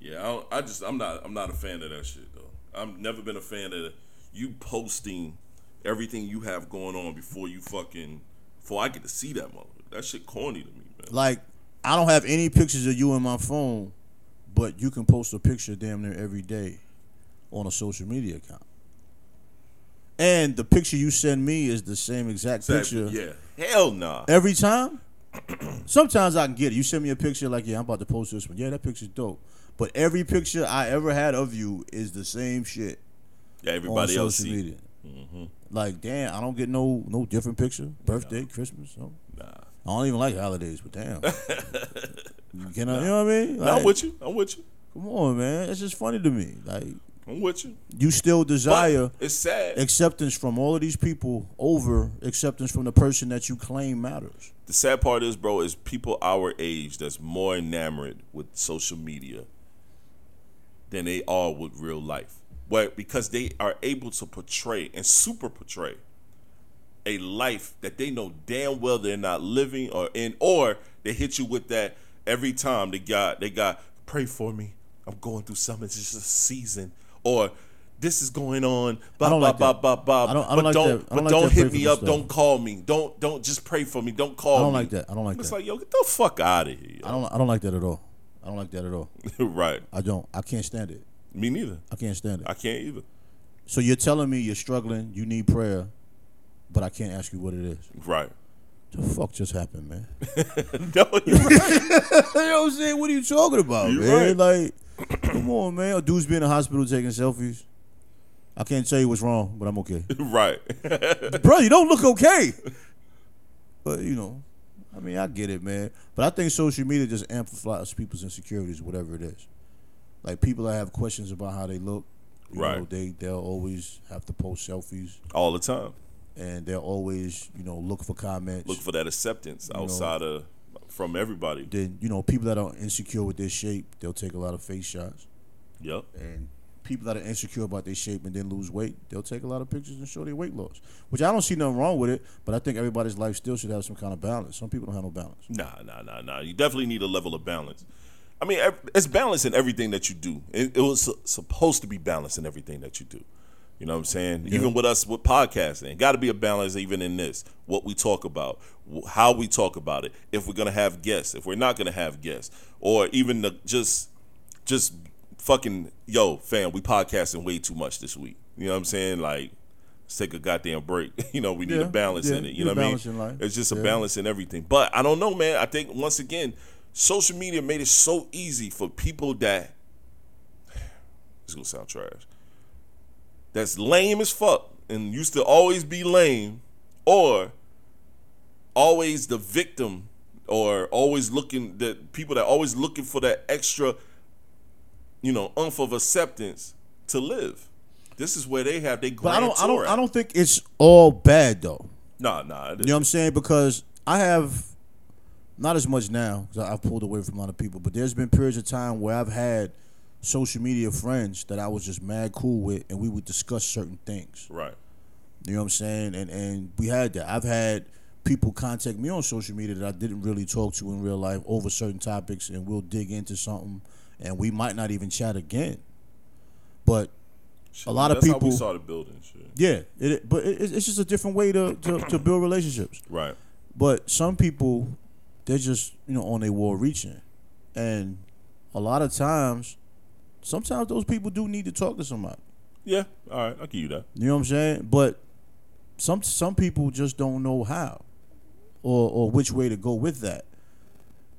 [SPEAKER 2] Yeah, I, don't, I just I'm not I'm not a fan of that shit though. I've never been a fan of you posting everything you have going on before you fucking before I get to see that mother. That shit corny to me, man.
[SPEAKER 3] Like, I don't have any pictures of you in my phone, but you can post a picture damn near every day on a social media account. And the picture you send me is the same exact
[SPEAKER 2] Exactly.
[SPEAKER 3] picture
[SPEAKER 2] Yeah. Hell nah.
[SPEAKER 3] every time. Sometimes I can get it. You send me a picture like, yeah, I'm about to post this one. Yeah, that picture's dope. But every picture I ever had of you is the same shit
[SPEAKER 2] Yeah, everybody
[SPEAKER 3] on
[SPEAKER 2] else
[SPEAKER 3] social
[SPEAKER 2] see. Mm-hmm.
[SPEAKER 3] media. Like, damn, I don't get no no different picture. Birthday, Christmas. No.
[SPEAKER 2] Nah.
[SPEAKER 3] I don't even like holidays, but damn. Can I, You know what I mean?
[SPEAKER 2] Nah,
[SPEAKER 3] Like,
[SPEAKER 2] I'm with you. I'm with you.
[SPEAKER 3] Come on, man. It's just funny to me. Like,
[SPEAKER 2] I'm with you.
[SPEAKER 3] you still
[SPEAKER 2] But
[SPEAKER 3] desire
[SPEAKER 2] it's sad.
[SPEAKER 3] acceptance from all of these people over acceptance from the person that you claim matters.
[SPEAKER 2] the sad part is, bro, is people our age that's more enamored with social media than they are with real life. But because they are able to portray and super portray a life that they know damn well they're not living or in or they hit you with that every time they got they got pray for me. I'm going through something, it's just a season. Or this is going on, blah
[SPEAKER 3] don't
[SPEAKER 2] blah
[SPEAKER 3] like
[SPEAKER 2] blah
[SPEAKER 3] that.
[SPEAKER 2] blah blah.
[SPEAKER 3] I don't- I don't
[SPEAKER 2] but
[SPEAKER 3] like
[SPEAKER 2] don't
[SPEAKER 3] that. I
[SPEAKER 2] but
[SPEAKER 3] don't like
[SPEAKER 2] don't
[SPEAKER 3] that pray
[SPEAKER 2] hit
[SPEAKER 3] for
[SPEAKER 2] me
[SPEAKER 3] me
[SPEAKER 2] up,
[SPEAKER 3] stuff.
[SPEAKER 2] don't call me. Don't don't just pray for me. Don't call me.
[SPEAKER 3] I don't like that. I don't like
[SPEAKER 2] It's
[SPEAKER 3] that.
[SPEAKER 2] like yo, get the fuck out of here.
[SPEAKER 3] I don't I don't like that at all. I don't like that at all.
[SPEAKER 2] yo. right.
[SPEAKER 3] I don't. I can't stand it.
[SPEAKER 2] Me neither.
[SPEAKER 3] I can't stand it.
[SPEAKER 2] I can't either.
[SPEAKER 3] So you're telling me you're struggling, you need prayer, but I can't ask you what it is.
[SPEAKER 2] Right.
[SPEAKER 3] The fuck just happened, man?
[SPEAKER 2] No, you're right.
[SPEAKER 3] you know what I'm saying? What are you talking about,
[SPEAKER 2] You
[SPEAKER 3] man? Like, come on, man. A dude's been in the hospital taking selfies. I can't tell you what's wrong, but I'm okay.
[SPEAKER 2] right.
[SPEAKER 3] Bro, you don't look okay. But, you know, I mean, I get it, man. But I think social media just amplifies people's insecurities, whatever it is. Like, people that have questions about how they look, you
[SPEAKER 2] Right.
[SPEAKER 3] know, they, they'll always have to post selfies
[SPEAKER 2] All the time.
[SPEAKER 3] and they'll always, you know, look for comments.
[SPEAKER 2] Look for that acceptance outside of from everybody.
[SPEAKER 3] Then you know people that are insecure with their shape, they'll take a lot of face shots.
[SPEAKER 2] Yep.
[SPEAKER 3] And people that are insecure about their shape and then lose weight, they'll take a lot of pictures and show their weight loss. Which I don't see nothing wrong with it, but I think everybody's life still should have some kind of balance. Some people don't have no balance.
[SPEAKER 2] Nah, nah, nah, nah. You definitely need a level of balance. I mean, ev- it's balance in everything that you do. It, it was su- supposed to be balance in everything that you do. You know what I'm saying? Even with us with podcasting, got to be a balance even in this. What we talk about, wh- how we talk about it. If we're gonna have guests, if we're not gonna have guests, or even the just just fucking yo fam we podcasting way too much this week you know what i'm saying like let's take a goddamn break you know we need
[SPEAKER 3] Yeah,
[SPEAKER 2] a balance
[SPEAKER 3] yeah,
[SPEAKER 2] in it you
[SPEAKER 3] need
[SPEAKER 2] know what
[SPEAKER 3] a
[SPEAKER 2] i
[SPEAKER 3] balance
[SPEAKER 2] mean
[SPEAKER 3] in life.
[SPEAKER 2] it's just a
[SPEAKER 3] Yeah.
[SPEAKER 2] balance in everything but i don't know man i think once again social media made it so easy for people that it's gonna sound trash that's lame as fuck and used to always be lame or always the victim or always looking the people that always looking for that extra you know umph of acceptance to live this is where they have they
[SPEAKER 3] But I
[SPEAKER 2] grand
[SPEAKER 3] don't I
[SPEAKER 2] tour
[SPEAKER 3] don't I
[SPEAKER 2] at.
[SPEAKER 3] don't think it's all bad though.
[SPEAKER 2] nah nah it
[SPEAKER 3] You know what I'm saying? Because I have not as much now 'cause I- I've pulled away from a lot of people, but there's been periods of time where I've had social media friends that I was just mad cool with, and we would discuss certain things.
[SPEAKER 2] isn't. right
[SPEAKER 3] You know what I'm saying? And and we had that. I've had people contact me on social media that I didn't really talk to in real life over certain topics, and we'll dig into something, and we might not even chat again. But a lot of
[SPEAKER 2] That's how we
[SPEAKER 3] people,
[SPEAKER 2] saw the building shit.
[SPEAKER 3] yeah. It, but it, it's just a different way to, to, to build relationships.
[SPEAKER 2] right
[SPEAKER 3] But some people, they're just you know on their wall reaching, and a lot of times, sometimes those people do need to talk to somebody.
[SPEAKER 2] yeah all right i'll give you that
[SPEAKER 3] You know what I'm saying? But some some people just don't know how or or which way to go with that.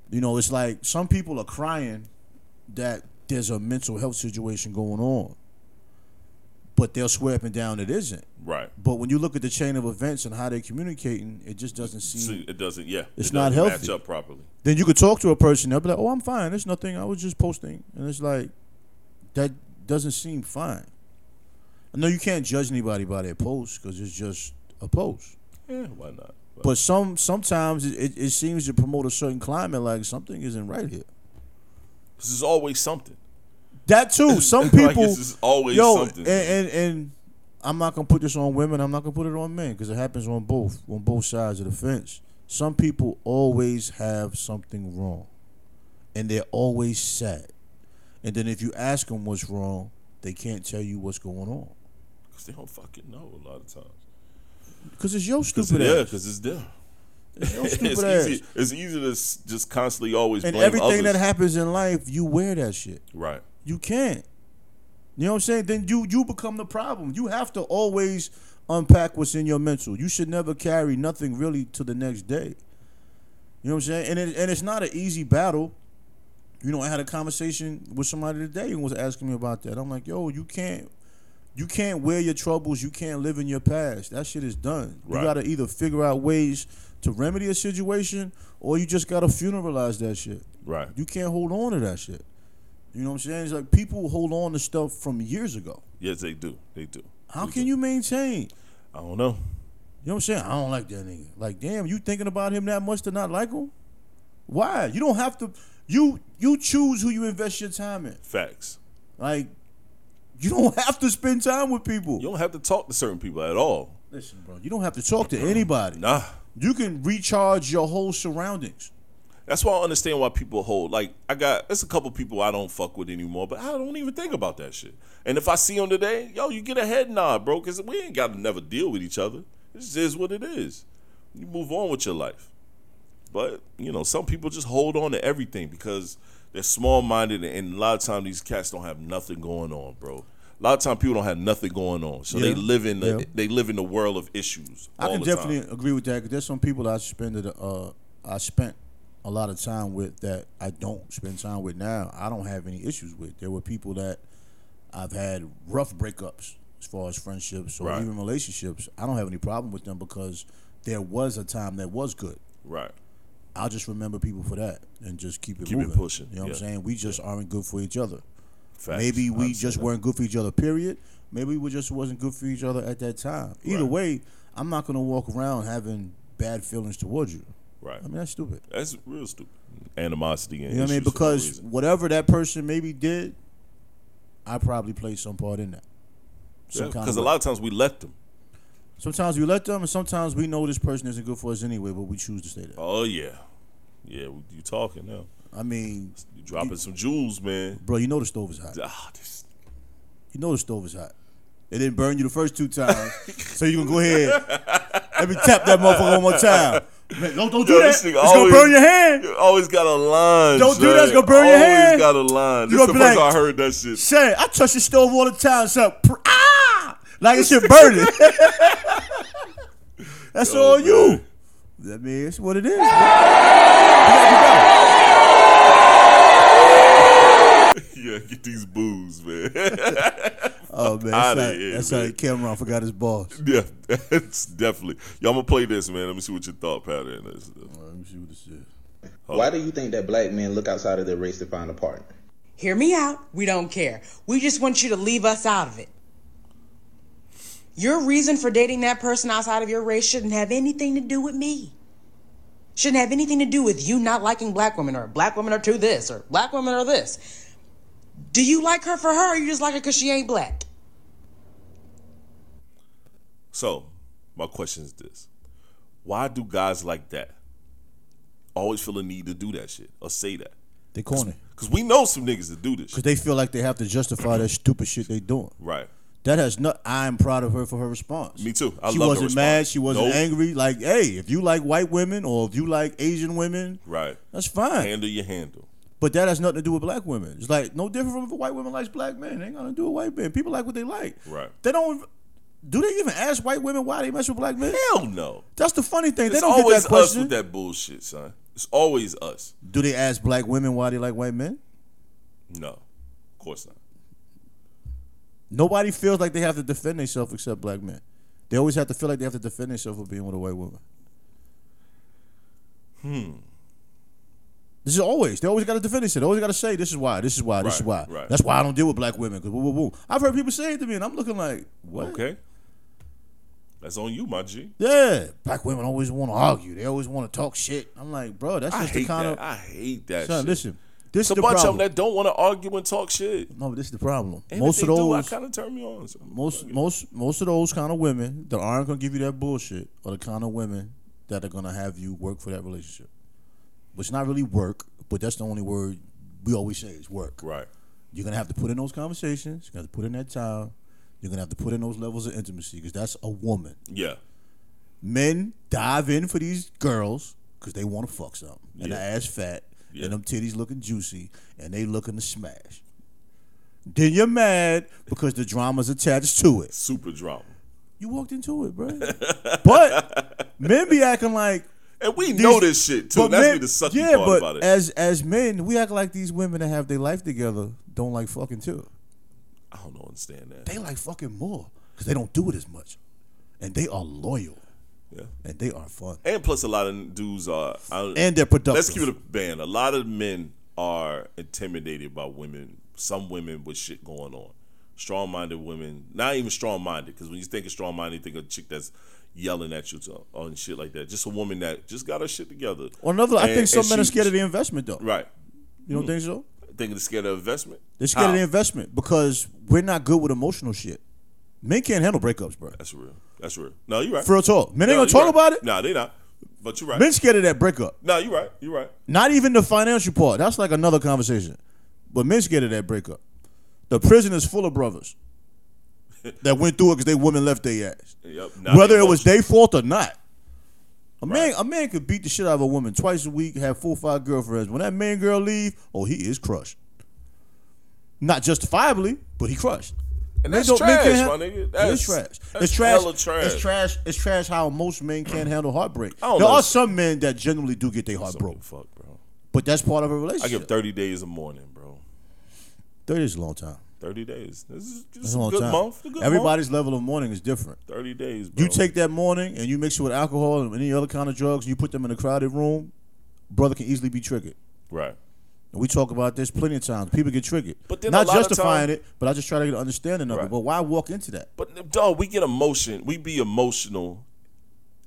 [SPEAKER 3] You know, it's like some people are crying that there's a mental health situation going on. But they'll swear up and down it isn't.
[SPEAKER 2] right
[SPEAKER 3] But when you look at the chain of events and how they're communicating, it just doesn't seem.
[SPEAKER 2] See, it doesn't yeah
[SPEAKER 3] Mm. It's
[SPEAKER 2] it
[SPEAKER 3] not
[SPEAKER 2] doesn't match
[SPEAKER 3] healthy.
[SPEAKER 2] up properly
[SPEAKER 3] Then you could talk to a person, they'll be like, "Oh, I'm fine. There's nothing. I was just posting," and it's like that doesn't seem fine. I know you can't judge anybody by their post because it's just a post.
[SPEAKER 2] yeah why not But-
[SPEAKER 3] But some sometimes it, it, it seems to promote a certain climate, like something isn't right here.
[SPEAKER 2] this is always something
[SPEAKER 3] That too. Some
[SPEAKER 2] Like,
[SPEAKER 3] people
[SPEAKER 2] it's just always
[SPEAKER 3] yo,
[SPEAKER 2] something.
[SPEAKER 3] And, and and I'm not gonna put this on women. I'm not gonna put it on men because it happens on both on both sides of the fence. Some people always have something wrong, and they're always sad. And then if you ask them what's wrong, they can't tell you what's going on
[SPEAKER 2] because they don't fucking know a lot of times
[SPEAKER 3] because it's your
[SPEAKER 2] Cause,
[SPEAKER 3] stupid
[SPEAKER 2] yeah
[SPEAKER 3] ass.
[SPEAKER 2] because it's them
[SPEAKER 3] It's your stupid
[SPEAKER 2] it's
[SPEAKER 3] ass.
[SPEAKER 2] easy it's easy to s- just constantly always
[SPEAKER 3] And
[SPEAKER 2] blame
[SPEAKER 3] everything
[SPEAKER 2] others.
[SPEAKER 3] that happens in life, you wear that shit.
[SPEAKER 2] right
[SPEAKER 3] You can't. You know what I'm saying? Then you you become the problem. You have to always unpack what's in your mental. You should never carry nothing really to the next day. You know what I'm saying? And it, and it's not an easy battle. You know, I had a conversation with somebody today and was asking me about that. I'm like, yo, you can't you can't wear your troubles. You can't live in your past. That shit is done.
[SPEAKER 2] Right.
[SPEAKER 3] You gotta either figure out ways to remedy a situation or you just gotta funeralize that shit.
[SPEAKER 2] right
[SPEAKER 3] You can't hold on to that shit. You know what I'm saying? It's like people hold on to stuff from years ago.
[SPEAKER 2] Yes, they do. They do.
[SPEAKER 3] How can you maintain?
[SPEAKER 2] I don't know.
[SPEAKER 3] You know what I'm saying? I don't like that nigga. Like, damn, you thinking about him that much to not like him? Why? You don't have to. You you choose who you invest your time in.
[SPEAKER 2] Facts.
[SPEAKER 3] Like, you don't have to spend time with people.
[SPEAKER 2] You don't have to talk to certain people at all.
[SPEAKER 3] Listen, bro, you don't have to talk to anybody.
[SPEAKER 2] Nah.
[SPEAKER 3] You can recharge your whole surroundings.
[SPEAKER 2] That's why I understand why people hold. Like, I got, there's a couple people I don't fuck with anymore, but I don't even think about that shit. And if I see them today, yo, you get a head nod, bro, because we ain't got to never deal with each other. This is what it is. You move on with your life. But, you know, some people just hold on to everything because they're small minded, and a lot of time these cats don't have nothing going on, bro. A lot of time people don't have nothing going on, so they
[SPEAKER 3] Yeah.
[SPEAKER 2] live in the
[SPEAKER 3] Yeah.
[SPEAKER 2] they live in the world of issues.
[SPEAKER 3] I
[SPEAKER 2] all
[SPEAKER 3] can
[SPEAKER 2] the time.
[SPEAKER 3] definitely agree with that. 'cause there's some people that I spend uh, I spent a lot of time with that I don't spend time with now. I don't have any issues with. There were people that I've had rough breakups as far as friendships or
[SPEAKER 2] Right.
[SPEAKER 3] even relationships. I don't have any problem with them because there was a time that was good.
[SPEAKER 2] Right.
[SPEAKER 3] I'll just remember people for that and just keep it
[SPEAKER 2] Keep it
[SPEAKER 3] moving.
[SPEAKER 2] pushing,
[SPEAKER 3] You know what
[SPEAKER 2] yeah.
[SPEAKER 3] I'm saying? We just aren't good for each other.
[SPEAKER 2] Facts.
[SPEAKER 3] Maybe we
[SPEAKER 2] I'd say
[SPEAKER 3] just
[SPEAKER 2] that.
[SPEAKER 3] weren't good for each other. Period. Maybe we just wasn't good for each other at that time. Either
[SPEAKER 2] Right.
[SPEAKER 3] way, I'm not gonna walk around having bad feelings towards you.
[SPEAKER 2] Right.
[SPEAKER 3] I mean, that's stupid.
[SPEAKER 2] That's real stupid. Animosity and
[SPEAKER 3] You know what I mean?
[SPEAKER 2] issues for no
[SPEAKER 3] Because
[SPEAKER 2] reason.
[SPEAKER 3] whatever that person maybe did, I probably played some part in that. Some
[SPEAKER 2] Yeah,
[SPEAKER 3] kind
[SPEAKER 2] because
[SPEAKER 3] of
[SPEAKER 2] a lot of times we let them.
[SPEAKER 3] Sometimes we let them, and sometimes we know this person isn't good for us anyway, but we choose to stay there.
[SPEAKER 2] Oh yeah, yeah. You talking now?
[SPEAKER 3] I mean,
[SPEAKER 2] You dropping some jewels, man.
[SPEAKER 3] bro, you know the stove is hot.
[SPEAKER 2] Ah, this,
[SPEAKER 3] You know the stove is hot. It didn't burn you the first two times, so you gonna go ahead. Let me tap that motherfucker one more time. Man, don't don't do
[SPEAKER 2] Yo,
[SPEAKER 3] that.
[SPEAKER 2] this
[SPEAKER 3] It's
[SPEAKER 2] nigga
[SPEAKER 3] gonna
[SPEAKER 2] always-
[SPEAKER 3] burn your hand.
[SPEAKER 2] you always got a line.
[SPEAKER 3] Don't do
[SPEAKER 2] son.
[SPEAKER 3] that, it's gonna burn your
[SPEAKER 2] always
[SPEAKER 3] hand.
[SPEAKER 2] got a line. This
[SPEAKER 3] You're
[SPEAKER 2] is the
[SPEAKER 3] gonna be
[SPEAKER 2] first
[SPEAKER 3] like-
[SPEAKER 2] I heard that shit.
[SPEAKER 3] Say, I touch the stove all the time. So pr- ah, like it's shit burning. That's
[SPEAKER 2] Yo,
[SPEAKER 3] all
[SPEAKER 2] man.
[SPEAKER 3] you. I mean, it's what it is. Oh, bro. You gotta
[SPEAKER 2] Yeah, get these booze, man.
[SPEAKER 3] be better. Oh man, that's,
[SPEAKER 2] Outta
[SPEAKER 3] like,
[SPEAKER 2] here,
[SPEAKER 3] that's
[SPEAKER 2] man.
[SPEAKER 3] like Cameron forgot his boss.
[SPEAKER 2] yeah, it's definitely. Y'all gonna play this, man. Let me see what your thought pattern is.
[SPEAKER 3] Let me see what this is.
[SPEAKER 6] Why do you think that black men look outside of their race to find a partner?
[SPEAKER 7] Hear me out. We don't care. We just want you to leave us out of it. Your reason for dating that person outside of your race shouldn't have anything to do with me. Shouldn't have anything to do with you not liking black women or black women are too this or black women are this. Do you like her for her or you just like her because she ain't black?
[SPEAKER 2] So, my question is this: Why do guys like that always feel a need to do that shit or say that?
[SPEAKER 3] They corny
[SPEAKER 2] Because we know some niggas that do this,
[SPEAKER 3] because
[SPEAKER 2] shit.
[SPEAKER 3] they feel like they have to justify that stupid shit they doing.
[SPEAKER 2] right?
[SPEAKER 3] That has not. I'm proud of her for her response.
[SPEAKER 2] Me too. I
[SPEAKER 3] she
[SPEAKER 2] love her
[SPEAKER 3] wasn't mad.
[SPEAKER 2] response.
[SPEAKER 3] She wasn't
[SPEAKER 2] Nope.
[SPEAKER 3] angry. Like, hey, if you like white women or if you like Asian women,
[SPEAKER 2] Right.
[SPEAKER 3] that's fine.
[SPEAKER 2] Handle your handle.
[SPEAKER 3] But that has nothing to do with black women. It's like no different from if a white woman likes black men. It ain't gonna do with white men. People like what they like.
[SPEAKER 2] Right.
[SPEAKER 3] They don't. Do they even ask white women why they mess with black men?
[SPEAKER 2] Hell no.
[SPEAKER 3] That's the funny thing.
[SPEAKER 2] It's
[SPEAKER 3] they don't get
[SPEAKER 2] always
[SPEAKER 3] that
[SPEAKER 2] us
[SPEAKER 3] question.
[SPEAKER 2] with that bullshit, son. It's always us.
[SPEAKER 3] Do they ask black women why they like white men?
[SPEAKER 2] No, of course not.
[SPEAKER 3] Nobody feels like they have to defend themselves except black men. They always have to feel like they have to defend themselves for being with a white woman. Hmm.
[SPEAKER 2] Hmm.
[SPEAKER 3] This is always. They always got to defend themselves. They always got to say, "This is why. This is why. This is why."
[SPEAKER 2] Right, right.
[SPEAKER 3] That's why I don't deal with black women. Because woo, woo, woo. I've heard people say it to me, and I'm looking like, "What?"
[SPEAKER 2] Okay, that's on you, my G.
[SPEAKER 3] Yeah, black women always want to argue. They always want to talk shit. I'm like, bro, that's
[SPEAKER 2] I
[SPEAKER 3] just the
[SPEAKER 2] hate
[SPEAKER 3] kind
[SPEAKER 2] that.
[SPEAKER 3] of.
[SPEAKER 2] I hate that.
[SPEAKER 3] son,
[SPEAKER 2] shit.
[SPEAKER 3] listen, this
[SPEAKER 2] it's
[SPEAKER 3] is
[SPEAKER 2] a
[SPEAKER 3] the
[SPEAKER 2] bunch
[SPEAKER 3] problem.
[SPEAKER 2] of them that don't want to argue and talk shit.
[SPEAKER 3] no, but this is the problem.
[SPEAKER 2] And
[SPEAKER 3] most
[SPEAKER 2] if
[SPEAKER 3] of
[SPEAKER 2] they
[SPEAKER 3] those,
[SPEAKER 2] do, I kind of turn me on. so-
[SPEAKER 3] most most most of those kind of women that aren't gonna give you that bullshit are the kind of women that are gonna have you work for that relationship. Which not really work, but that's the only word we always say is work.
[SPEAKER 2] right.
[SPEAKER 3] You're gonna have to put in those conversations. You're gonna have to put in that time. You're gonna have to put in those levels of intimacy because that's a woman.
[SPEAKER 2] Yeah.
[SPEAKER 3] Men dive in for these girls because they want to fuck something and
[SPEAKER 2] Yeah.
[SPEAKER 3] the ass fat
[SPEAKER 2] Yeah.
[SPEAKER 3] and them titties looking juicy and they looking to smash. Then you're mad because the drama's attached to it.
[SPEAKER 2] Super drama.
[SPEAKER 3] You walked into it, bro. but men be acting like
[SPEAKER 2] And we
[SPEAKER 3] these-
[SPEAKER 2] know this shit too.
[SPEAKER 3] but
[SPEAKER 2] That's
[SPEAKER 3] men-
[SPEAKER 2] me the sucky
[SPEAKER 3] yeah,
[SPEAKER 2] part
[SPEAKER 3] but
[SPEAKER 2] about it.
[SPEAKER 3] as as men, we act like these women that have their life together don't like fucking too.
[SPEAKER 2] I don't know, understand that.
[SPEAKER 3] They like fucking more because they don't do it as much, and they are loyal
[SPEAKER 2] Yeah.
[SPEAKER 3] and they are fun
[SPEAKER 2] And plus, a lot of dudes are. I,
[SPEAKER 3] and they're productive.
[SPEAKER 2] let's keep it a band. A lot of men are intimidated by women. Some women with shit going on. Strong-minded women, not even strong-minded, because when you think of strong-minded, you think of a chick that's yelling at you to, on shit like that. Just a woman that just got her shit together.
[SPEAKER 3] Or another, I
[SPEAKER 2] And-
[SPEAKER 3] think some
[SPEAKER 2] and
[SPEAKER 3] men are
[SPEAKER 2] she-
[SPEAKER 3] scared of the investment though.
[SPEAKER 2] Right.
[SPEAKER 3] You don't think so?
[SPEAKER 2] Thinking they're scared of investment.
[SPEAKER 3] They're scared of
[SPEAKER 2] How?
[SPEAKER 3] the investment because we're not good with emotional shit. Men can't handle breakups, bro.
[SPEAKER 2] That's real. That's real. No, you're right.
[SPEAKER 3] For real talk, men ain't
[SPEAKER 2] No,
[SPEAKER 3] gonna
[SPEAKER 2] you
[SPEAKER 3] talk
[SPEAKER 2] right.
[SPEAKER 3] about it.
[SPEAKER 2] No, they not. But you're right.
[SPEAKER 3] Men scared of that breakup.
[SPEAKER 2] no, you're right. You're right.
[SPEAKER 3] Not even the financial part. That's like another conversation. But men scared of that breakup. The prison is full of brothers that went through it because they women left their ass.
[SPEAKER 2] Yep. Now
[SPEAKER 3] Whether
[SPEAKER 2] they
[SPEAKER 3] it was
[SPEAKER 2] emotional.
[SPEAKER 3] their fault or not. A man,
[SPEAKER 2] Right.
[SPEAKER 3] a man could beat the shit out of a woman twice a week, have four or five girlfriends. When that man girl leave, oh, he is crushed. Not justifiably, but he crushed.
[SPEAKER 2] and
[SPEAKER 3] Men
[SPEAKER 2] that's
[SPEAKER 3] don't- men
[SPEAKER 2] trash,
[SPEAKER 3] can't
[SPEAKER 2] my
[SPEAKER 3] han-
[SPEAKER 2] nigga.
[SPEAKER 3] Yeah,
[SPEAKER 2] That's
[SPEAKER 3] it's trash.
[SPEAKER 2] That's
[SPEAKER 3] it's trash.
[SPEAKER 2] Hella trash.
[SPEAKER 3] It's trash. It's trash how most men can't handle heartbreak.
[SPEAKER 2] I don't
[SPEAKER 3] There
[SPEAKER 2] know.
[SPEAKER 3] are some men that generally do get their heart
[SPEAKER 2] Bro,
[SPEAKER 3] broke,
[SPEAKER 2] fuck, bro.
[SPEAKER 3] but that's part of a
[SPEAKER 2] I
[SPEAKER 3] relationship.
[SPEAKER 2] give 30 days a morning, bro.
[SPEAKER 3] 30 is a long time.
[SPEAKER 2] 30 days. This is this
[SPEAKER 3] That's
[SPEAKER 2] is
[SPEAKER 3] a
[SPEAKER 2] a
[SPEAKER 3] long
[SPEAKER 2] good
[SPEAKER 3] time.
[SPEAKER 2] month. A good
[SPEAKER 3] Everybody's level of mourning is different.
[SPEAKER 2] month. 30 days, bro.
[SPEAKER 3] You take that morning and you mix it with alcohol and any other kind of drugs, and you put them in a crowded room, brother can easily be triggered.
[SPEAKER 2] Right.
[SPEAKER 3] And we talk about this plenty of times. People get triggered.
[SPEAKER 2] But then
[SPEAKER 3] Not
[SPEAKER 2] a lot of
[SPEAKER 3] justifying
[SPEAKER 2] time-
[SPEAKER 3] it, but I just try to get an understanding of
[SPEAKER 2] Right.
[SPEAKER 3] it. But why walk into that?
[SPEAKER 2] But, dog, we get emotion. We be emotional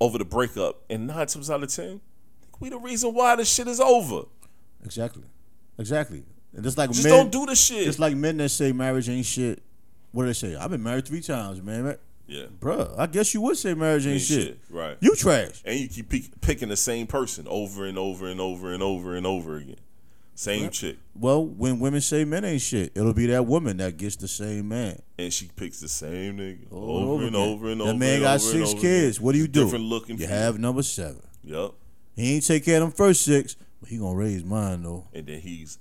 [SPEAKER 2] over the breakup. And nine times out of 10, We the reason why this shit is over.
[SPEAKER 3] Exactly. Exactly. And it's like
[SPEAKER 2] Just
[SPEAKER 3] men,
[SPEAKER 2] don't do this shit.
[SPEAKER 3] It's like men that say marriage ain't shit. What do they say? I've been married three times, man. Ma-
[SPEAKER 2] yeah,
[SPEAKER 3] Bruh, I guess you would say marriage ain't,
[SPEAKER 2] Ain't
[SPEAKER 3] shit.
[SPEAKER 2] shit, right.
[SPEAKER 3] You trash.
[SPEAKER 2] and you keep pick, picking the same person over and over and over and over and over again. Same chick,
[SPEAKER 3] Well, when women say men ain't shit, it'll be that woman that gets the same man.
[SPEAKER 2] and she picks the same nigga
[SPEAKER 3] Over
[SPEAKER 2] over, and
[SPEAKER 3] again.
[SPEAKER 2] over and over.
[SPEAKER 3] That man
[SPEAKER 2] and
[SPEAKER 3] got
[SPEAKER 2] over and
[SPEAKER 3] six
[SPEAKER 2] over
[SPEAKER 3] kids.
[SPEAKER 2] again.
[SPEAKER 3] What do you do?
[SPEAKER 2] Different looking.
[SPEAKER 3] You
[SPEAKER 2] people.
[SPEAKER 3] have number seven.
[SPEAKER 2] Yep.
[SPEAKER 3] He ain't take care of them first six, but he gonna raise mine though.
[SPEAKER 2] And then he's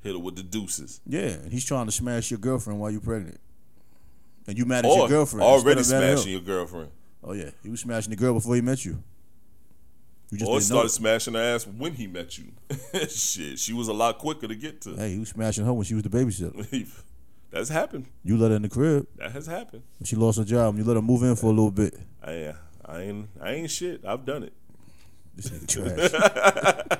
[SPEAKER 2] hit her with the deuces.
[SPEAKER 3] Yeah, and he's trying to smash your girlfriend while you're pregnant, and you mad at
[SPEAKER 2] Or
[SPEAKER 3] your girlfriend.
[SPEAKER 2] already
[SPEAKER 3] instead of mad at
[SPEAKER 2] smashing
[SPEAKER 3] him.
[SPEAKER 2] your girlfriend.
[SPEAKER 3] Oh yeah, he was smashing the girl before he met you. You just
[SPEAKER 2] Or
[SPEAKER 3] didn't know.
[SPEAKER 2] started smashing her ass when he met you. Shit, she was a lot quicker to get to.
[SPEAKER 3] Hey, he was smashing her when she was the babysitter.
[SPEAKER 2] That's happened.
[SPEAKER 3] You let her in the crib.
[SPEAKER 2] That has happened.
[SPEAKER 3] When she lost her job, you let her move in for a little bit.
[SPEAKER 2] I, I ain't, I ain't shit. I've done it.
[SPEAKER 3] This nigga trash.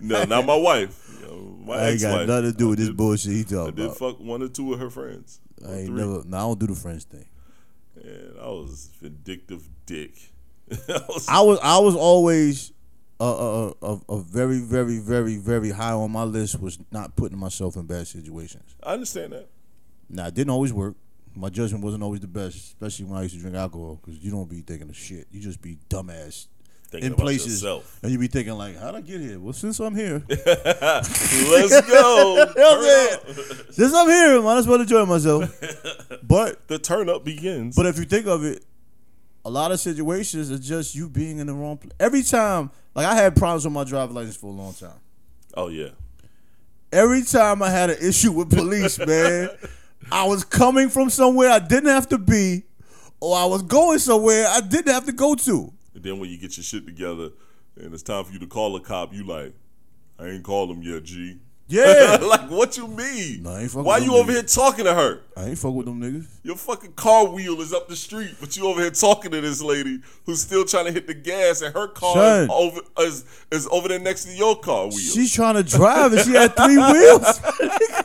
[SPEAKER 2] No, not my wife. You know, my
[SPEAKER 3] I ain't got
[SPEAKER 2] ex-wife.
[SPEAKER 3] nothing to do with
[SPEAKER 2] I
[SPEAKER 3] this
[SPEAKER 2] did-
[SPEAKER 3] bullshit he
[SPEAKER 2] I
[SPEAKER 3] talking
[SPEAKER 2] did
[SPEAKER 3] about.
[SPEAKER 2] fuck one or two of her friends.
[SPEAKER 3] I ain't
[SPEAKER 2] Three.
[SPEAKER 3] never. No, I don't do the French thing.
[SPEAKER 2] And I was vindictive dick. I was-
[SPEAKER 3] I was I was always a a, a, a very very very very high on my list was not putting myself in bad situations.
[SPEAKER 2] I understand that.
[SPEAKER 3] Now it didn't always work. My judgment wasn't always the best, especially when I used to drink alcohol, because you don't be thinking of shit. You just be dumbass
[SPEAKER 2] Thinking
[SPEAKER 3] in
[SPEAKER 2] about
[SPEAKER 3] places,
[SPEAKER 2] yourself.
[SPEAKER 3] and you be thinking like, "How'd I get here?" Well, since I'm here,
[SPEAKER 2] Let's go.
[SPEAKER 3] Yeah,
[SPEAKER 2] Turn up.
[SPEAKER 3] since I'm here, might as well enjoy myself. But
[SPEAKER 2] The turn up begins.
[SPEAKER 3] But if you think of it, a lot of situations are just you being in the wrong place. Every time, like I had problems with my driver's license for a long time.
[SPEAKER 2] oh yeah.
[SPEAKER 3] Every time I had an issue with police, man, I was coming from somewhere I didn't have to be, or I was going somewhere I didn't have to go to.
[SPEAKER 2] And then when you get your shit together, and it's time for you to call a cop, you like, I ain't called him yet, G.
[SPEAKER 3] Yeah,
[SPEAKER 2] like what you mean?
[SPEAKER 3] Nah, I ain't fucking
[SPEAKER 2] Why
[SPEAKER 3] with
[SPEAKER 2] you
[SPEAKER 3] them
[SPEAKER 2] over here talking to her?
[SPEAKER 3] I ain't fuck with them niggas.
[SPEAKER 2] Your fucking car wheel is up the street, but you over here talking to this lady who's still trying to hit the gas, and her car is
[SPEAKER 3] Son.
[SPEAKER 2] over is, is over there next to your car wheel.
[SPEAKER 3] She's trying to drive and she had three wheels.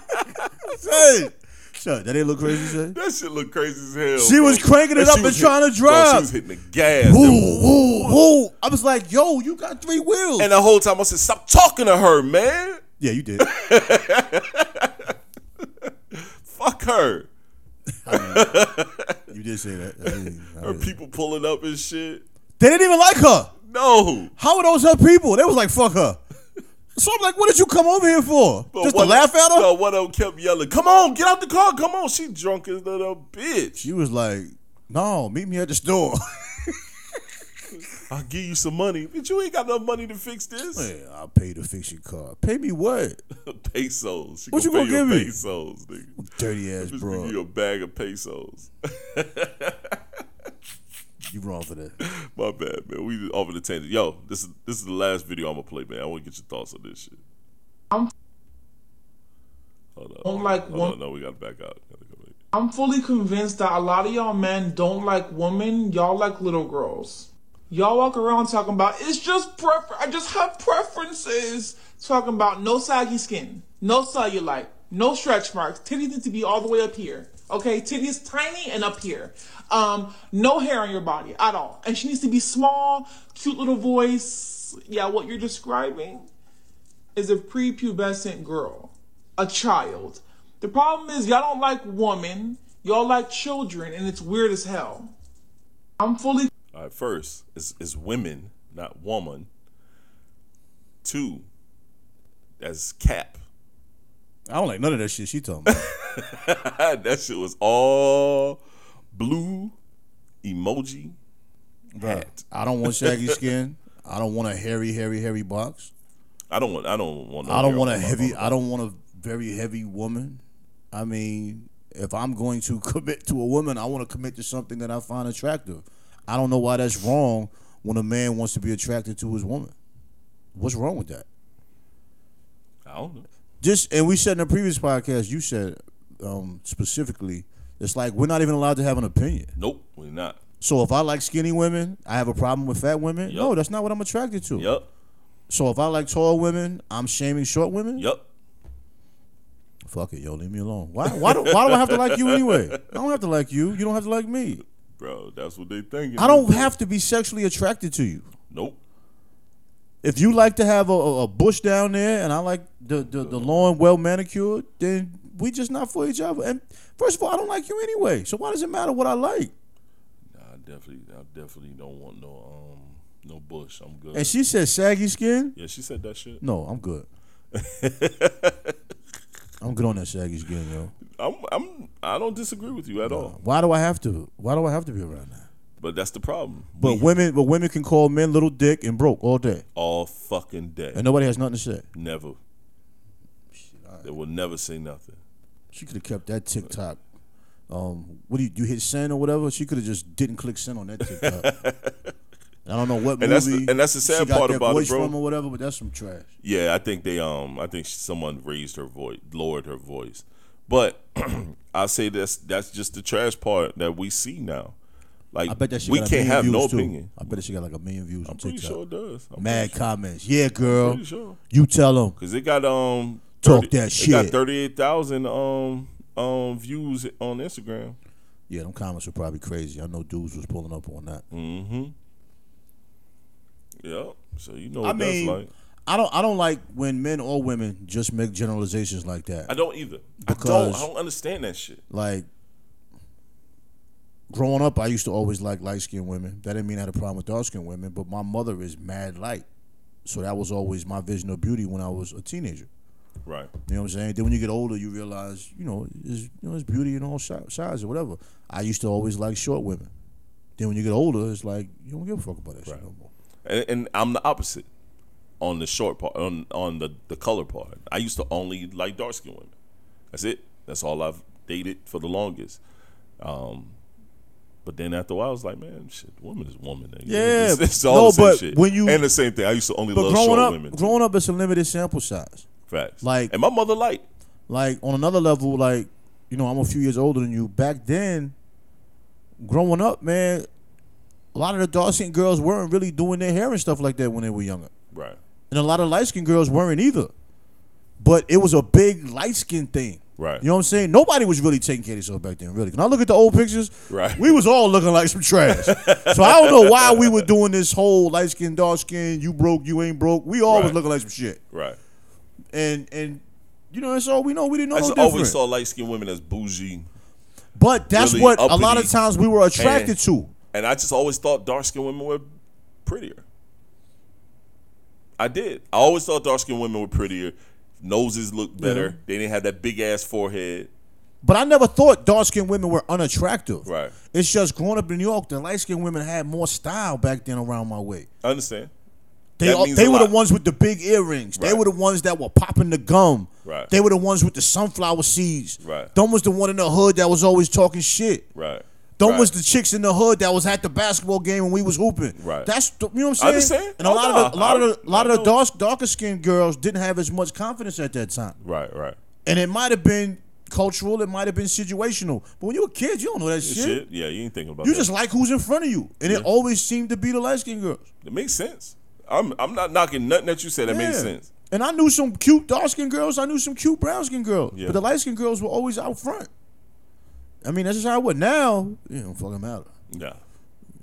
[SPEAKER 3] Son, son, that ain't look crazy, son.
[SPEAKER 2] that shit look crazy as hell.
[SPEAKER 3] She
[SPEAKER 2] bro.
[SPEAKER 3] was cranking it
[SPEAKER 2] she
[SPEAKER 3] up and
[SPEAKER 2] was
[SPEAKER 3] trying to
[SPEAKER 2] Bro,
[SPEAKER 3] drive.
[SPEAKER 2] she was hitting the gas,
[SPEAKER 3] Woo,
[SPEAKER 2] and,
[SPEAKER 3] woo, woo. I was like, yo, you got three wheels.
[SPEAKER 2] and the whole time I said, "Stop talking to her, man.
[SPEAKER 3] yeah, you did.
[SPEAKER 2] Fuck her."
[SPEAKER 3] You did say that. I mean, I
[SPEAKER 2] Her
[SPEAKER 3] mean-
[SPEAKER 2] people pulling up and shit.
[SPEAKER 3] they didn't even like her.
[SPEAKER 2] No,
[SPEAKER 3] How were those her people? They was like, fuck her. So I'm like, what did you come over here for?
[SPEAKER 2] But
[SPEAKER 3] Just to
[SPEAKER 2] one-
[SPEAKER 3] laugh at her?
[SPEAKER 2] No, one of them kept yelling, "Come on, get out the car! Come on!" She drunk as a little bitch.
[SPEAKER 3] She was like, no, meet me at the store.
[SPEAKER 2] I'll give you some money, but you ain't got enough money to fix this.
[SPEAKER 3] Man, I'll pay to fix your car. Pay me what?
[SPEAKER 2] pesos. She
[SPEAKER 3] What
[SPEAKER 2] gonna
[SPEAKER 3] you
[SPEAKER 2] pay
[SPEAKER 3] gonna give me?
[SPEAKER 2] Pesos, nigga.
[SPEAKER 3] Dirty ass
[SPEAKER 2] Just
[SPEAKER 3] bro.
[SPEAKER 2] give you a bag of pesos.
[SPEAKER 3] You wrong for that.
[SPEAKER 2] My bad, man. We off of the tangent. Yo, this is this is the last video I'm gonna play, man. I want to get your thoughts on this shit.
[SPEAKER 8] I'm-
[SPEAKER 2] Hold on.
[SPEAKER 8] I'm like
[SPEAKER 2] Hold
[SPEAKER 8] one-
[SPEAKER 2] on. No, we gotta back out. Gotta go back.
[SPEAKER 8] I'm fully convinced that a lot of y'all men don't like women. Y'all like little girls. Y'all walk around talking about it's just prefer. I just have preferences. Talking about no saggy skin, no cellulite, no stretch marks. Titties need to be all the way up here. Okay, titties tiny and up here. Um, no hair on your body at all, and she needs to be small, cute little voice. Yeah, what you're describing is a prepubescent girl, a child. The problem is y'all don't like women, y'all like children, and it's weird as hell. I'm fully
[SPEAKER 2] All right, first is is women, not woman. Two, that's cap.
[SPEAKER 3] I don't like none of that shit she talking about.
[SPEAKER 2] that shit was all blue emoji hat.
[SPEAKER 3] I don't want shaggy skin. I don't want a hairy, hairy, hairy box.
[SPEAKER 2] I don't want. I don't want. no
[SPEAKER 3] I don't
[SPEAKER 2] hair
[SPEAKER 3] want a
[SPEAKER 2] on my-
[SPEAKER 3] heavy.
[SPEAKER 2] on
[SPEAKER 3] I don't want a very heavy woman. I mean, if I'm going to commit to a woman, I want to commit to something that I find attractive. I don't know why that's wrong when a man wants to be attracted to his woman. What's wrong with that?
[SPEAKER 2] my- I don't know.
[SPEAKER 3] Just and we said in a previous podcast, you said um, specifically, it's like we're not even allowed to have an opinion.
[SPEAKER 2] Nope, we're not.
[SPEAKER 3] So if I like skinny women, I have a problem with fat women. No, that's not what I'm attracted to.
[SPEAKER 2] Yup,
[SPEAKER 3] So if I like tall women, I'm shaming short women.
[SPEAKER 2] yup.
[SPEAKER 3] Fuck it, yo, leave me alone. Why? Why do, why do I have to like you anyway? I don't have to like you. You don't have to like me.
[SPEAKER 2] Bro, that's what they thinking.
[SPEAKER 3] I don't have to be sexually attracted to you.
[SPEAKER 2] Nope.
[SPEAKER 3] If you like to have a, a a bush down there, and I like the, the, the lawn well manicured, then we just not for each other. And first of all, I don't like you anyway, so why does it matter what I like?
[SPEAKER 2] Nah, I definitely, I definitely don't want no um no bush. I'm good.
[SPEAKER 3] And she said saggy skin.
[SPEAKER 2] yeah, she said that shit.
[SPEAKER 3] No, I'm good. I'm good on that saggy skin, yo.
[SPEAKER 2] I'm, I'm, I don't disagree with you at all.
[SPEAKER 3] Why do I have to? Why do I have to be around that?
[SPEAKER 2] But that's the problem.
[SPEAKER 3] But
[SPEAKER 2] we
[SPEAKER 3] women, but women can call men little dick and broke all day,
[SPEAKER 2] all fucking day,
[SPEAKER 3] and nobody has nothing to say.
[SPEAKER 2] never. They will never say nothing.
[SPEAKER 3] She could have kept that TikTok. Um, what do you, you hit send or whatever? She could have just didn't click send on that TikTok. And I don't know what
[SPEAKER 2] And
[SPEAKER 3] movie.
[SPEAKER 2] that's the- and that's the
[SPEAKER 3] she
[SPEAKER 2] sad
[SPEAKER 3] got
[SPEAKER 2] part
[SPEAKER 3] that
[SPEAKER 2] about it,
[SPEAKER 3] voice
[SPEAKER 2] bro.
[SPEAKER 3] From or whatever, but that's some trash.
[SPEAKER 2] Yeah, I think they um I think someone raised her voice, lowered her voice. But I say this that's just the trash part that we see now. Like
[SPEAKER 3] I bet that she
[SPEAKER 2] we
[SPEAKER 3] got a
[SPEAKER 2] can't
[SPEAKER 3] million
[SPEAKER 2] have
[SPEAKER 3] views
[SPEAKER 2] no
[SPEAKER 3] too.
[SPEAKER 2] opinion.
[SPEAKER 3] I bet that she got like a million views on
[SPEAKER 2] I'm pretty
[SPEAKER 3] TikTok.
[SPEAKER 2] sure it does. I'm
[SPEAKER 3] Mad
[SPEAKER 2] pretty sure.
[SPEAKER 3] comments. Yeah, girl.
[SPEAKER 2] Pretty sure.
[SPEAKER 3] You tell them.
[SPEAKER 2] Cause it got um
[SPEAKER 3] Talk
[SPEAKER 2] 30
[SPEAKER 3] that
[SPEAKER 2] It got
[SPEAKER 3] shit.
[SPEAKER 2] thirty eight thousand um um views on Instagram.
[SPEAKER 3] Yeah, them comments were probably crazy. I know dudes was pulling up on that.
[SPEAKER 2] Mm, Yep. So you know
[SPEAKER 3] I
[SPEAKER 2] what that's
[SPEAKER 3] mean,
[SPEAKER 2] like.
[SPEAKER 3] I don't. I don't like when men or women just make generalizations like that.
[SPEAKER 2] I don't either. I don't
[SPEAKER 3] because-
[SPEAKER 2] I don't understand that shit.
[SPEAKER 3] like growing up, I used to always like light skinned women. That didn't mean I had a problem with dark skinned women, but my mother is mad light. So that was always my vision of beauty when I was a teenager.
[SPEAKER 2] Right.
[SPEAKER 3] You know what I'm saying? Then when you get older, you realize, you know, there's you know, there's beauty in all si- sizes or whatever. I used to always like short women. Then when you get older, it's like you don't give a fuck about that shit no more.
[SPEAKER 2] and, and I'm the opposite on the short part on on the the color part. I used to only like dark skinned women. That's it. That's all I've dated for the longest. Um, but then after a while, I was like, man, shit, woman is woman. nigga.
[SPEAKER 3] Yeah,
[SPEAKER 2] it's, it's all
[SPEAKER 3] no,
[SPEAKER 2] the same
[SPEAKER 3] but
[SPEAKER 2] shit.
[SPEAKER 3] when you-
[SPEAKER 2] and the same thing. I used to only
[SPEAKER 3] But
[SPEAKER 2] love
[SPEAKER 3] growing
[SPEAKER 2] short
[SPEAKER 3] up,
[SPEAKER 2] women.
[SPEAKER 3] growing up, it's a limited sample size.
[SPEAKER 2] Facts.
[SPEAKER 3] like-
[SPEAKER 2] and my mother light.
[SPEAKER 3] like on another level, like you know, I'm a few years older than you. Back then, growing up, man, a lot of the dark skinned girls weren't really doing their hair and stuff like that when they were younger,
[SPEAKER 2] Right.
[SPEAKER 3] and a lot of light skinned girls weren't either. But it was a big light skin thing.
[SPEAKER 2] Right.
[SPEAKER 3] You know what I'm saying? Nobody was really taking care of themselves back then, really. When I look at the old pictures,
[SPEAKER 2] Right.
[SPEAKER 3] we was all looking like some trash. so I don't know why we were doing this whole light skin, dark skin, you broke, you ain't broke. We all was
[SPEAKER 2] Right.
[SPEAKER 3] looking like some shit.
[SPEAKER 2] Right.
[SPEAKER 3] And and you know, that's all we know. We didn't know
[SPEAKER 2] I
[SPEAKER 3] no
[SPEAKER 2] just
[SPEAKER 3] different.
[SPEAKER 2] always saw light skinned women as bougie,
[SPEAKER 3] But that's
[SPEAKER 2] really
[SPEAKER 3] what a lot
[SPEAKER 2] uppity
[SPEAKER 3] of times we were attracted
[SPEAKER 2] and-
[SPEAKER 3] to.
[SPEAKER 2] and I just always thought dark skinned women were prettier. I did. I always thought dark skinned women were prettier. Noses looked better.
[SPEAKER 3] Yeah.
[SPEAKER 2] They didn't have that big ass forehead.
[SPEAKER 3] But I never thought dark skinned women were unattractive.
[SPEAKER 2] Right.
[SPEAKER 3] It's just growing up in New York, the light skinned women had more style back then around my way.
[SPEAKER 2] I understand.
[SPEAKER 3] They,
[SPEAKER 2] That
[SPEAKER 3] all-
[SPEAKER 2] means
[SPEAKER 3] they
[SPEAKER 2] a
[SPEAKER 3] were the
[SPEAKER 2] lot.
[SPEAKER 3] ones with the big earrings. They
[SPEAKER 2] Right.
[SPEAKER 3] were the ones that were popping the gum.
[SPEAKER 2] Right.
[SPEAKER 3] They were the ones with the sunflower seeds.
[SPEAKER 2] Right.
[SPEAKER 3] Them was the one in the hood that was always talking shit.
[SPEAKER 2] Right.
[SPEAKER 3] Them
[SPEAKER 2] Right.
[SPEAKER 3] was the chicks in the hood that was at the basketball game when we was hooping.
[SPEAKER 2] Right.
[SPEAKER 3] That's the- you know what
[SPEAKER 2] I
[SPEAKER 3] I'm saying.
[SPEAKER 2] understand.
[SPEAKER 3] And a
[SPEAKER 2] Oh,
[SPEAKER 3] lot of the, a
[SPEAKER 2] nah.
[SPEAKER 3] lot
[SPEAKER 2] I-
[SPEAKER 3] of the, a lot
[SPEAKER 2] I
[SPEAKER 3] of the
[SPEAKER 2] know.
[SPEAKER 3] dark darker skinned girls didn't have as much confidence at that time.
[SPEAKER 2] Right. Right.
[SPEAKER 3] and it might have been cultural, it might have been situational. But when you were a kid, you don't know that shit.
[SPEAKER 2] Shit. Yeah, you ain't thinking about
[SPEAKER 3] You
[SPEAKER 2] that.
[SPEAKER 3] just like who's in front of you, and it always seemed to be the light skinned girls.
[SPEAKER 2] it makes sense. I'm I'm not knocking nothing that you said. That
[SPEAKER 3] Yeah.
[SPEAKER 2] makes sense.
[SPEAKER 3] And I knew some cute dark skinned girls. I knew some cute brown skinned girls.
[SPEAKER 2] Yeah.
[SPEAKER 3] But the light skinned girls were always out front. I mean, that's just how it was. Now it don't fucking matter.
[SPEAKER 2] Yeah.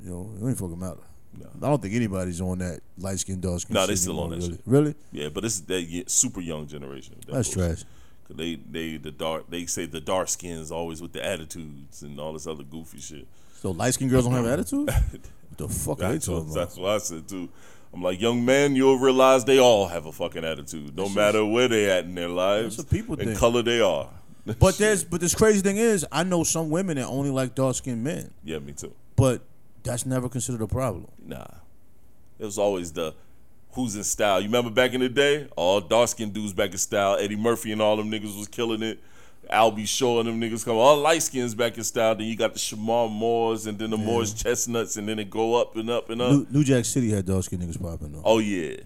[SPEAKER 3] You know, it don't fucking matter.
[SPEAKER 2] No.
[SPEAKER 3] I don't think anybody's on that light skinned dark skinned.
[SPEAKER 2] Nah, they still on that
[SPEAKER 3] really.
[SPEAKER 2] shit.
[SPEAKER 3] Really?
[SPEAKER 2] Yeah, but this is that ye- super young generation. That
[SPEAKER 3] That's
[SPEAKER 2] bullshit.
[SPEAKER 3] trash.
[SPEAKER 2] 'Cause They they the dark they say the dark skins always with the attitudes and all this other goofy shit.
[SPEAKER 3] So light skinned girls don't have attitude. what the fuck are they
[SPEAKER 2] That's
[SPEAKER 3] talking
[SPEAKER 2] what,
[SPEAKER 3] about?
[SPEAKER 2] that's what I said too. I'm like, young man, you'll realize they all have a fucking attitude, no matter where they at in their lives,
[SPEAKER 3] That's a people
[SPEAKER 2] and
[SPEAKER 3] thing.
[SPEAKER 2] color they are.
[SPEAKER 3] But there's but this crazy thing is, I know some women that only like dark skinned men.
[SPEAKER 2] yeah, me too.
[SPEAKER 3] but that's never considered a problem.
[SPEAKER 2] Nah, it was always the who's in style. You remember back in the day, all dark skinned dudes back in style. Eddie Murphy and all them niggas was killing it. Albie Shaw and them niggas come all light skins back in style. Then you got the Shamar Moores and then the Moores Chestnuts, and then it go up and up and up.
[SPEAKER 3] New, New Jack City had dark skinned niggas popping though.
[SPEAKER 2] Uh. Oh yeah,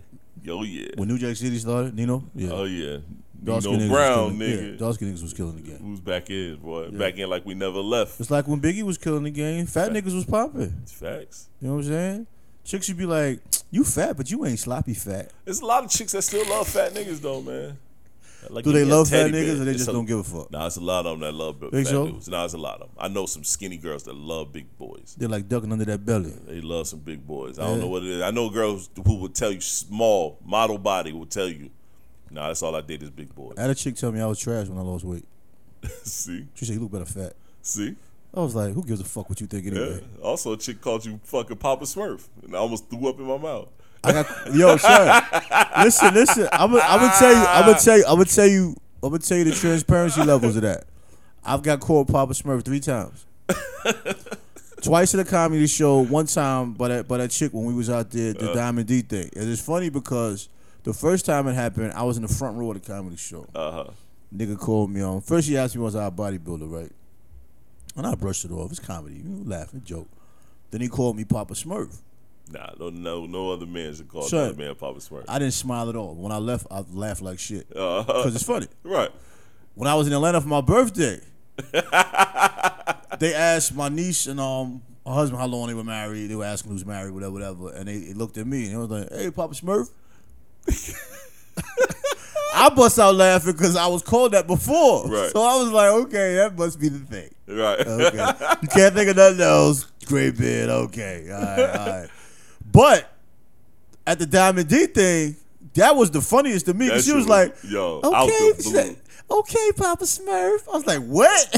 [SPEAKER 2] oh yeah,
[SPEAKER 3] When New Jack City started, Nino, yeah,
[SPEAKER 2] oh yeah.
[SPEAKER 3] dark-skinned
[SPEAKER 2] Nino
[SPEAKER 3] niggas was
[SPEAKER 2] Brown,
[SPEAKER 3] killing-
[SPEAKER 2] nigga. Mm.
[SPEAKER 3] yeah, dark skinned niggas was killing the game.
[SPEAKER 2] Who's back in, boy? Back in like we never left.
[SPEAKER 3] It's like when Biggie was killing the game, fat niggas was popping.
[SPEAKER 2] It's facts.
[SPEAKER 3] You know what I'm saying? Chicks would be like, "You fat, but you ain't sloppy fat."
[SPEAKER 2] There's a lot of chicks that still love fat niggas though, man. Like,
[SPEAKER 3] Do
[SPEAKER 2] give
[SPEAKER 3] they
[SPEAKER 2] me a
[SPEAKER 3] love fat
[SPEAKER 2] teddy bear.
[SPEAKER 3] niggas or they
[SPEAKER 2] It's
[SPEAKER 3] just
[SPEAKER 2] a-
[SPEAKER 3] don't give a fuck?
[SPEAKER 2] Nah, it's a lot of them that love big fat
[SPEAKER 3] Think so?
[SPEAKER 2] dudes. Nah, it's a lot of them. I know some skinny girls that love big boys.
[SPEAKER 3] They're like ducking under that belly.
[SPEAKER 2] They love some big boys. I don't know what it is. I know girls who will tell you small model body will tell you, nah, that's all I did is big boys.
[SPEAKER 3] I had a chick tell me I was trash when I lost weight.
[SPEAKER 2] see,
[SPEAKER 3] She said, "You look better fat."
[SPEAKER 2] see.
[SPEAKER 3] I was like, "Who gives a fuck what you think
[SPEAKER 2] Yeah.
[SPEAKER 3] anyway?"
[SPEAKER 2] Also, a chick called you fucking Papa Smurf, and I almost threw up in my mouth.
[SPEAKER 3] I got yo, sir. listen, listen. I'm gonna tell you. I'm gonna tell you. I'm gonna tell you. I'm gonna tell you the transparency levels of that. I've got called Papa Smurf three times. Twice at a comedy show, one time by that by that chick when we was out there the Diamond D thing. And it's funny because the first time it happened, I was in the front row of the comedy show.
[SPEAKER 2] Uh huh.
[SPEAKER 3] Nigga called me on. First, he asked me, was I a bodybuilder, right? And I brushed it off. It's comedy. You laughing, joke. Then he called me Papa Smurf.
[SPEAKER 2] Nah, no, no, no other man should call
[SPEAKER 3] Sure.
[SPEAKER 2] another man Papa Smurf.
[SPEAKER 3] I didn't smile at all. When I left, I laughed like shit.
[SPEAKER 2] Uh-huh.
[SPEAKER 3] Because it's funny.
[SPEAKER 2] right.
[SPEAKER 3] When I was in Atlanta for my birthday, they asked my niece and um her husband how long they were married. They were asking who's married, whatever, whatever. And they, they looked at me and they was like, hey, Papa Smurf. I bust out laughing because I was called that before.
[SPEAKER 2] Right.
[SPEAKER 3] So I was like, okay, that must be the thing.
[SPEAKER 2] Right.
[SPEAKER 3] Okay. you can't think of nothing else. Great bid. Okay. All right. All right. But at the Diamond D thing, that was the funniest to me
[SPEAKER 2] That
[SPEAKER 3] because she
[SPEAKER 2] shit
[SPEAKER 3] was like,
[SPEAKER 2] yo, out
[SPEAKER 3] okay,
[SPEAKER 2] the
[SPEAKER 3] she
[SPEAKER 2] blue.
[SPEAKER 3] said, okay, Papa Smurf. I was like, what?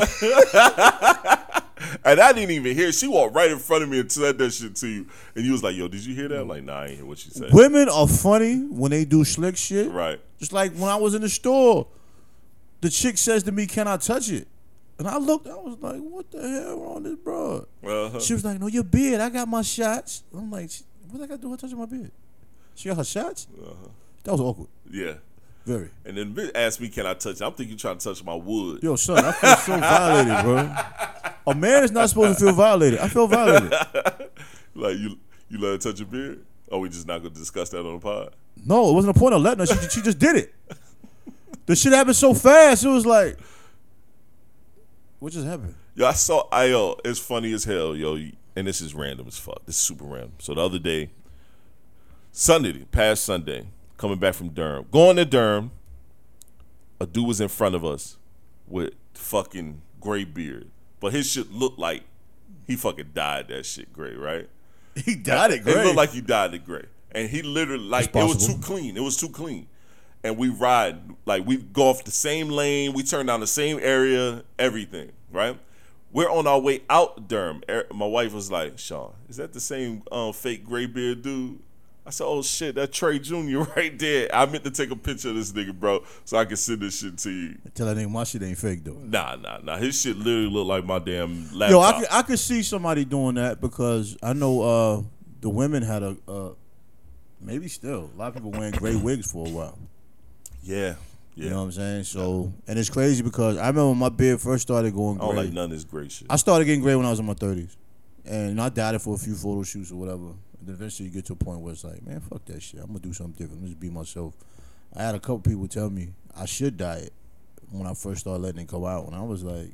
[SPEAKER 2] And I didn't even hear. She walked right in front of me and said that shit to you. And you was like, "Yo, did you hear that?" I'm like, nah, I ain't hear what she said.
[SPEAKER 3] Women are funny when they do slick shit.
[SPEAKER 2] Right.
[SPEAKER 3] Just like when I was in the store, the chick says to me, "Can I touch it?" And I looked. I was like, "What the hell wrong with this bro?"
[SPEAKER 2] Uh-huh.
[SPEAKER 3] She was like, "No, your beard. I got my shots." I'm like, "She- "What I got to do with touching my beard?" She got her shots.
[SPEAKER 2] Uh-huh.
[SPEAKER 3] That was awkward.
[SPEAKER 2] Yeah.
[SPEAKER 3] Very.
[SPEAKER 2] And then bitch asked me, "Can I touch?" it? I'm thinking you trying to touch my wood.
[SPEAKER 3] Yo, son, I feel so violated, bro. A man is not supposed to feel violated. I feel violated.
[SPEAKER 2] Like you, you let her touch your beard. Are we just not gonna discuss that on the pod?
[SPEAKER 3] No, it wasn't a point of letting her. She, she just did it. The shit happened so fast. It was like, what just happened?
[SPEAKER 2] Yo, I saw I yo, it's funny as hell, yo. And this is random as fuck. This is super random. So the other day, Sunday, past Sunday, coming back from Durham, going to Durham, a dude was in front of us with fucking gray beard, but his shit looked like he fucking dyed that shit gray, right?
[SPEAKER 3] He died it,
[SPEAKER 2] It looked like he dyed it gray, and he literally like it was too
[SPEAKER 3] possible.
[SPEAKER 2] clean. It was too clean, and we ride like we go off the same lane. We turn down the same area. Everything right. We're on our way out Durham. Er- My wife was like, "Sean, is that the same um, fake gray beard dude?" I said, "Oh shit, that Trey Junior right there." I meant to take a picture of this nigga, bro, so I can send this shit to you.
[SPEAKER 3] Tell that nigga my shit ain't fake, though.
[SPEAKER 2] Nah, nah, nah. His shit literally looked like my damn laptop.
[SPEAKER 3] Yo, I could, I could see somebody doing that because I know uh, the women had a, uh, maybe still, a lot of people wearing gray wigs for a while.
[SPEAKER 2] yeah, yeah.
[SPEAKER 3] You know what I'm saying? So, and it's crazy because I remember when my beard first started going
[SPEAKER 2] I
[SPEAKER 3] gray.
[SPEAKER 2] don't like none of this gray shit.
[SPEAKER 3] I started getting gray when I was in my 30s. And you know, I dyed it for a few photo shoots or whatever. And then eventually you get to a point where it's like, man, fuck that shit. I'm going to do something different. I'm just be myself. I had a couple people tell me I should dye it when I first started letting it go out. And I was like,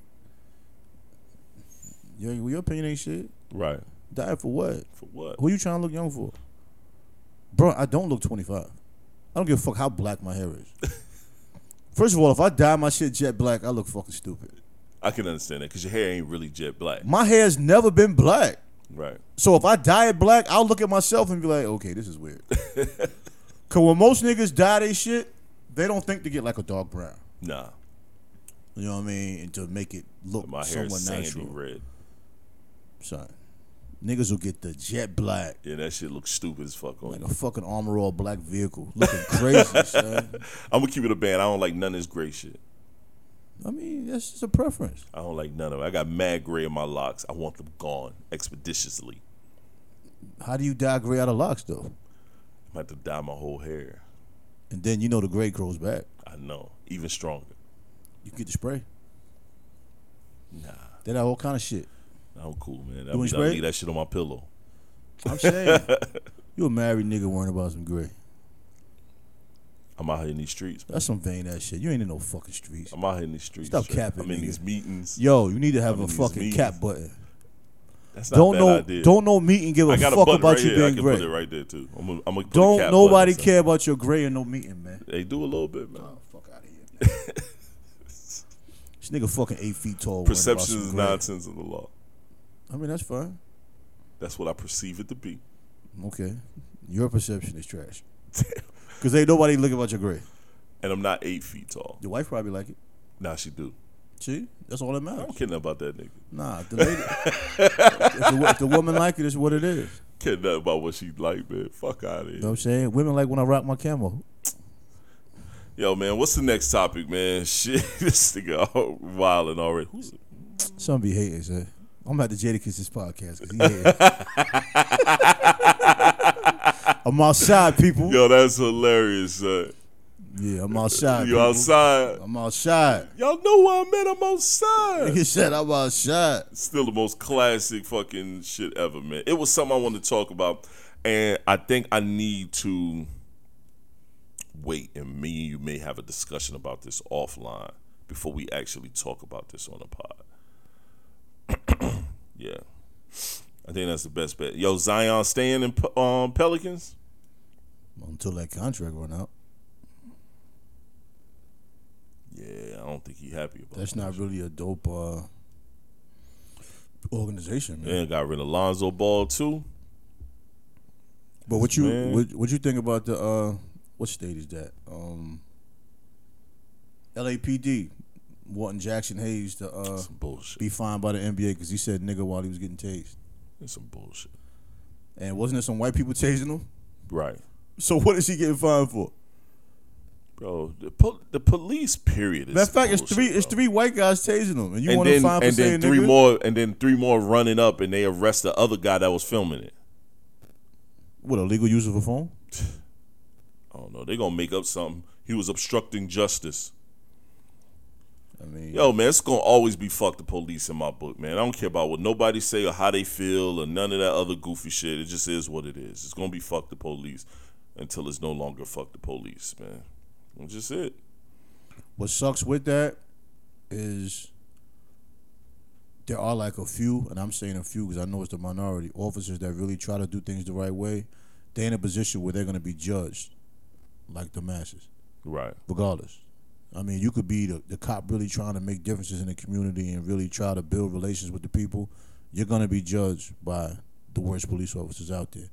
[SPEAKER 3] yo, your opinion ain't shit.
[SPEAKER 2] right.
[SPEAKER 3] Dye it for what?
[SPEAKER 2] For what?
[SPEAKER 3] Who you trying to look young for? Bro, I don't look 25. I don't give a fuck how black my hair is. First of all, if I dye my shit jet black, I look fucking stupid.
[SPEAKER 2] I can understand that because your hair ain't really jet black,
[SPEAKER 3] My hair's never been black.
[SPEAKER 2] right?
[SPEAKER 3] So if I dye it black, I'll look at myself and be like, okay, this is weird. Cause when most niggas dye they shit, they don't think to get like a dark brown.
[SPEAKER 2] Nah,
[SPEAKER 3] You know what I mean? And to make it look
[SPEAKER 2] my hair
[SPEAKER 3] somewhat
[SPEAKER 2] is sandy
[SPEAKER 3] natural.
[SPEAKER 2] red.
[SPEAKER 3] Son. Niggas will get the jet black.
[SPEAKER 2] Yeah, that shit looks stupid as fuck on
[SPEAKER 3] Like
[SPEAKER 2] you.
[SPEAKER 3] a fucking armor all black vehicle. Looking crazy, son.
[SPEAKER 2] I'm gonna keep it a band. I don't like none of this gray shit.
[SPEAKER 3] I mean, that's just a preference.
[SPEAKER 2] I don't like none of it. I got mad gray in my locks. I want them gone expeditiously.
[SPEAKER 3] How do you dye gray out of locks though?
[SPEAKER 2] I'm gonna have to dye my whole hair.
[SPEAKER 3] And then you know the gray grows back.
[SPEAKER 2] I know, even stronger.
[SPEAKER 3] You get the spray.
[SPEAKER 2] Nah,
[SPEAKER 3] They got all kind of shit.
[SPEAKER 2] I'm cool, man. I
[SPEAKER 3] want
[SPEAKER 2] mean, I
[SPEAKER 3] spray?
[SPEAKER 2] leave that shit on my pillow.
[SPEAKER 3] I'm saying. you a married nigga worrying about some gray.
[SPEAKER 2] I'm out here in these streets. Man.
[SPEAKER 3] That's some vain ass shit. You ain't in no fucking streets.
[SPEAKER 2] I'm out here in these streets.
[SPEAKER 3] Stop
[SPEAKER 2] man.
[SPEAKER 3] capping,
[SPEAKER 2] I'm in
[SPEAKER 3] nigga.
[SPEAKER 2] these meetings.
[SPEAKER 3] Yo, you need to have
[SPEAKER 2] I mean,
[SPEAKER 3] a
[SPEAKER 2] these
[SPEAKER 3] fucking
[SPEAKER 2] meetings.
[SPEAKER 3] cap button.
[SPEAKER 2] That's not a
[SPEAKER 3] Don't
[SPEAKER 2] bad
[SPEAKER 3] know,
[SPEAKER 2] idea.
[SPEAKER 3] don't know meeting give a
[SPEAKER 2] I got a
[SPEAKER 3] fuck
[SPEAKER 2] button
[SPEAKER 3] about
[SPEAKER 2] right
[SPEAKER 3] you
[SPEAKER 2] here. I
[SPEAKER 3] being
[SPEAKER 2] can
[SPEAKER 3] gray.
[SPEAKER 2] put it right there too. I'm gonna, I'm gonna put a
[SPEAKER 3] don't
[SPEAKER 2] cap
[SPEAKER 3] nobody
[SPEAKER 2] button, so-
[SPEAKER 3] care about your gray in no meeting, man.
[SPEAKER 2] They do a little bit, man.
[SPEAKER 3] fuck out of here. This nigga fucking eight feet tall. worrying about
[SPEAKER 2] Perception
[SPEAKER 3] some
[SPEAKER 2] is
[SPEAKER 3] bread.
[SPEAKER 2] nonsense of the law.
[SPEAKER 3] I mean, that's fine.
[SPEAKER 2] That's what I perceive it to be.
[SPEAKER 3] Okay. Your perception is trash. Because ain't nobody looking about your grade.
[SPEAKER 2] And I'm not eight feet tall.
[SPEAKER 3] Your wife probably like it.
[SPEAKER 2] Now she do.
[SPEAKER 3] See? That's all that
[SPEAKER 2] I
[SPEAKER 3] matters.
[SPEAKER 2] don't care nothing about that nigga.
[SPEAKER 3] Nah, the lady. if, the, if the woman like it, it's what it is.
[SPEAKER 2] Care nothing about what she like, man. Fuck out of here.
[SPEAKER 3] You know what I'm saying? Women like when I rock my camo.
[SPEAKER 2] Yo, man, what's the next topic, man? Shit, this nigga all wilding already. Who's
[SPEAKER 3] Some be hating, sir. uh, I'm about to Jadakiss this podcast because he hating. I'm outside, people.
[SPEAKER 2] Yo, that's hilarious. Uh,
[SPEAKER 3] Yeah, I'm outside.
[SPEAKER 2] you
[SPEAKER 3] people.
[SPEAKER 2] outside?
[SPEAKER 3] I'm outside.
[SPEAKER 2] Y'all know where I'm at. I'm outside.
[SPEAKER 3] Nigga said I'm outside.
[SPEAKER 2] Still the most classic fucking shit ever, man. It was something I wanted to talk about, and I think I need to wait. And me and you may have a discussion about this offline before we actually talk about this on the pod. yeah, I think that's the best bet. Yo, Zion staying in Pe- um, Pelicans.
[SPEAKER 3] Until that contract run out.
[SPEAKER 2] Yeah, I don't think he happy about
[SPEAKER 3] That's
[SPEAKER 2] that.
[SPEAKER 3] not really a dope uh, organization, man.
[SPEAKER 2] And got rid of Lonzo Ball too.
[SPEAKER 3] But what you
[SPEAKER 2] Man.
[SPEAKER 3] what, what you think about the uh, what state is that? Um, LAPD wanting Jackson Hayes to uh,
[SPEAKER 2] Some bullshit.
[SPEAKER 3] be fined by the NBA because he said nigga while he was getting tased.
[SPEAKER 2] That's some bullshit.
[SPEAKER 3] And wasn't there some white people tasing him?
[SPEAKER 2] Right.
[SPEAKER 3] So what is he getting fined for?
[SPEAKER 2] Bro, the, po- the police period is
[SPEAKER 3] Matter of fact, it's
[SPEAKER 2] bullshit,
[SPEAKER 3] three it's
[SPEAKER 2] bro.
[SPEAKER 3] three white guys tasing him, and you
[SPEAKER 2] and
[SPEAKER 3] want to
[SPEAKER 2] then
[SPEAKER 3] fine for
[SPEAKER 2] and
[SPEAKER 3] saying
[SPEAKER 2] then three
[SPEAKER 3] nigga?
[SPEAKER 2] more and then three more running up and they arrest the other guy that was filming it.
[SPEAKER 3] What illegal use of a phone?
[SPEAKER 2] I don't know. They gonna make up something. He was obstructing justice.
[SPEAKER 3] I mean,
[SPEAKER 2] Yo, man, it's gonna always be fuck the police in my book, man. I don't care about what nobody say or how they feel or none of that other goofy shit. It just is what it is. It's gonna be fuck the police until it's no longer fuck the police, man. That's just it.
[SPEAKER 3] What sucks with that is there are like a few, and I'm saying a few because I know it's the minority officers that really try to do things the right way. They're in a position where they're going to be judged like the masses,
[SPEAKER 2] Right.
[SPEAKER 3] regardless. I mean, you could be the, the cop really trying to make differences in the community and really try to build relations with the people. You're going to be judged by the worst police officers out there.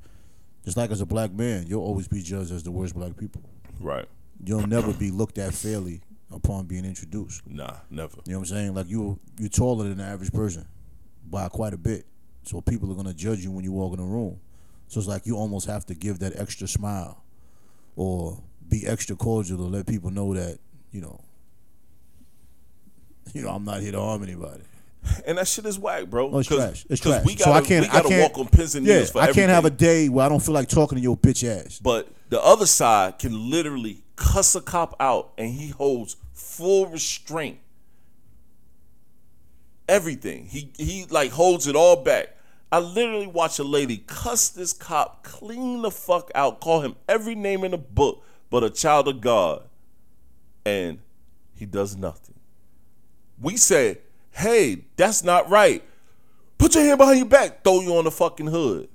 [SPEAKER 3] Just like as a black man, you'll always be judged as the worst black people.
[SPEAKER 2] Right.
[SPEAKER 3] You'll never be looked at fairly upon being introduced.
[SPEAKER 2] Nah, never.
[SPEAKER 3] You know what I'm saying? Like you you're taller than the average person by quite a bit. So people are gonna judge you when you walk in the room. So it's like you almost have to give that extra smile or be extra cordial to let people know that, you know, you know, I'm not here to harm anybody.
[SPEAKER 2] And that shit is whack, bro.
[SPEAKER 3] No, it's
[SPEAKER 2] Cause,
[SPEAKER 3] trash. It's
[SPEAKER 2] 'cause
[SPEAKER 3] trash.
[SPEAKER 2] We gotta,
[SPEAKER 3] so I can't
[SPEAKER 2] we gotta
[SPEAKER 3] I can't
[SPEAKER 2] walk on pins and
[SPEAKER 3] yeah,
[SPEAKER 2] needles for
[SPEAKER 3] I can't have a
[SPEAKER 2] everything.
[SPEAKER 3] day where I don't feel like talking to your bitch ass.
[SPEAKER 2] But the other side can literally cuss a cop out and he holds full restraint. Everything. He he like holds it all back. I literally watch a lady cuss this cop clean the fuck out, call him every name in the book but a child of God. And he does nothing. We say, hey, that's not right. Put your hand behind your back, throw you on the fucking hood.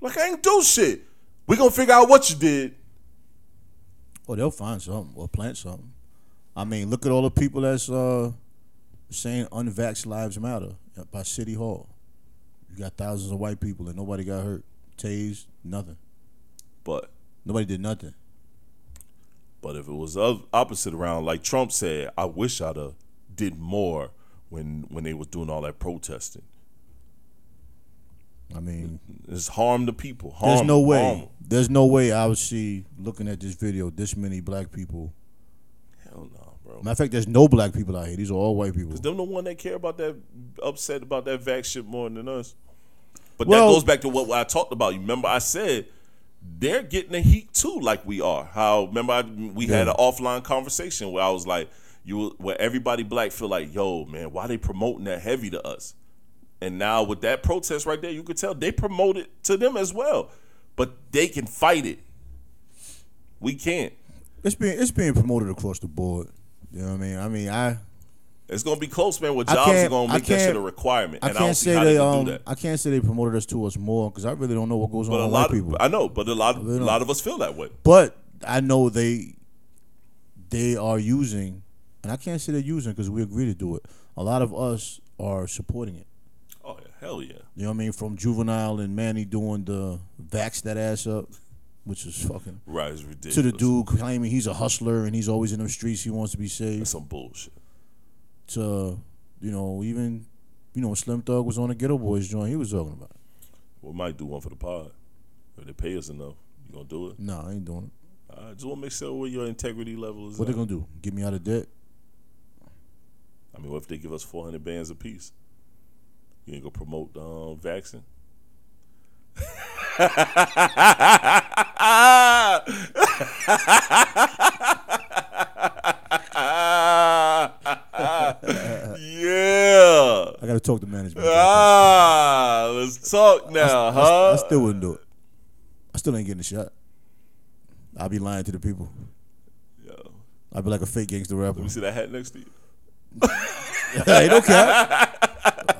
[SPEAKER 2] Like I ain't do shit. We gonna figure out what you did.
[SPEAKER 3] Oh, they'll find something or plant something. I mean, look at all the people that's uh, saying unvax lives matter by City Hall. You got thousands of white people and nobody got hurt, tased, nothing.
[SPEAKER 2] But
[SPEAKER 3] Nobody did nothing.
[SPEAKER 2] but if it was the opposite around, like Trump said, I wish I'd have did more when when they was doing all that protesting.
[SPEAKER 3] I mean,
[SPEAKER 2] It's harm to people. Harm,
[SPEAKER 3] there's no way.
[SPEAKER 2] harm.
[SPEAKER 3] There's no way I would see looking at this video this many black people.
[SPEAKER 2] Hell no, bro.
[SPEAKER 3] Matter of fact, there's no black people out here. These are all white people.
[SPEAKER 2] Them the one that care about that upset about that vax shit more than us. But
[SPEAKER 3] Well-
[SPEAKER 2] that goes back to what I talked about. You remember I said they're getting the heat too, like we are. How remember I, we had
[SPEAKER 3] Yeah.
[SPEAKER 2] an offline conversation where I was like, you where everybody black feel like, yo, man, why they promoting that heavy to us? And now with that protest right there, you could tell they promote it to them as well. But they can fight it. We can't.
[SPEAKER 3] It's being it's being promoted across the board. You know what I mean? I mean, I
[SPEAKER 2] It's gonna be close, man. Where
[SPEAKER 3] I
[SPEAKER 2] jobs are
[SPEAKER 3] can't-
[SPEAKER 2] gonna
[SPEAKER 3] I
[SPEAKER 2] make that shit
[SPEAKER 3] can't-
[SPEAKER 2] a requirement.
[SPEAKER 3] I
[SPEAKER 2] and
[SPEAKER 3] can't
[SPEAKER 2] I don't see
[SPEAKER 3] say
[SPEAKER 2] how
[SPEAKER 3] they
[SPEAKER 2] they can
[SPEAKER 3] um
[SPEAKER 2] do that.
[SPEAKER 3] I can't say they promoted us to us more because I really don't know what goes
[SPEAKER 2] But
[SPEAKER 3] on
[SPEAKER 2] a
[SPEAKER 3] with
[SPEAKER 2] lot
[SPEAKER 3] white
[SPEAKER 2] of
[SPEAKER 3] people.
[SPEAKER 2] I know, but a lot, a
[SPEAKER 3] don't.
[SPEAKER 2] lot of us feel that way.
[SPEAKER 3] But I know they they are using, and I can't say they're using because we agree to do it. A lot of us are supporting it.
[SPEAKER 2] Oh yeah, hell yeah.
[SPEAKER 3] You know what I mean? From Juvenile and Manny doing the vax that ass up, which is fucking.
[SPEAKER 2] Right, it's ridiculous.
[SPEAKER 3] To the dude claiming he's a hustler and he's always in them streets, he wants to be
[SPEAKER 2] That's
[SPEAKER 3] saved.
[SPEAKER 2] some bullshit.
[SPEAKER 3] To, you know, even, you know, Slim Thug was on the Ghetto Boys joint. He was talking about. it.
[SPEAKER 2] We might do one for the pod. If they pay us enough, you gonna do it?
[SPEAKER 3] Nah, I ain't doing it.
[SPEAKER 2] I just wanna make sure what your integrity level is.
[SPEAKER 3] What they
[SPEAKER 2] at.
[SPEAKER 3] gonna do? Get me out of debt?
[SPEAKER 2] I mean, what if they give us 400 bands apiece? You ain't gonna promote the um, vaccine? yeah.
[SPEAKER 3] I gotta talk to management.
[SPEAKER 2] Ah, let's talk now, huh?
[SPEAKER 3] I still wouldn't do it. I still ain't getting a shot. I'd be lying to the people.
[SPEAKER 2] Yo,
[SPEAKER 3] I'd be like a fake gangster rapper.
[SPEAKER 2] you see that hat next to you?
[SPEAKER 3] hey, don't care.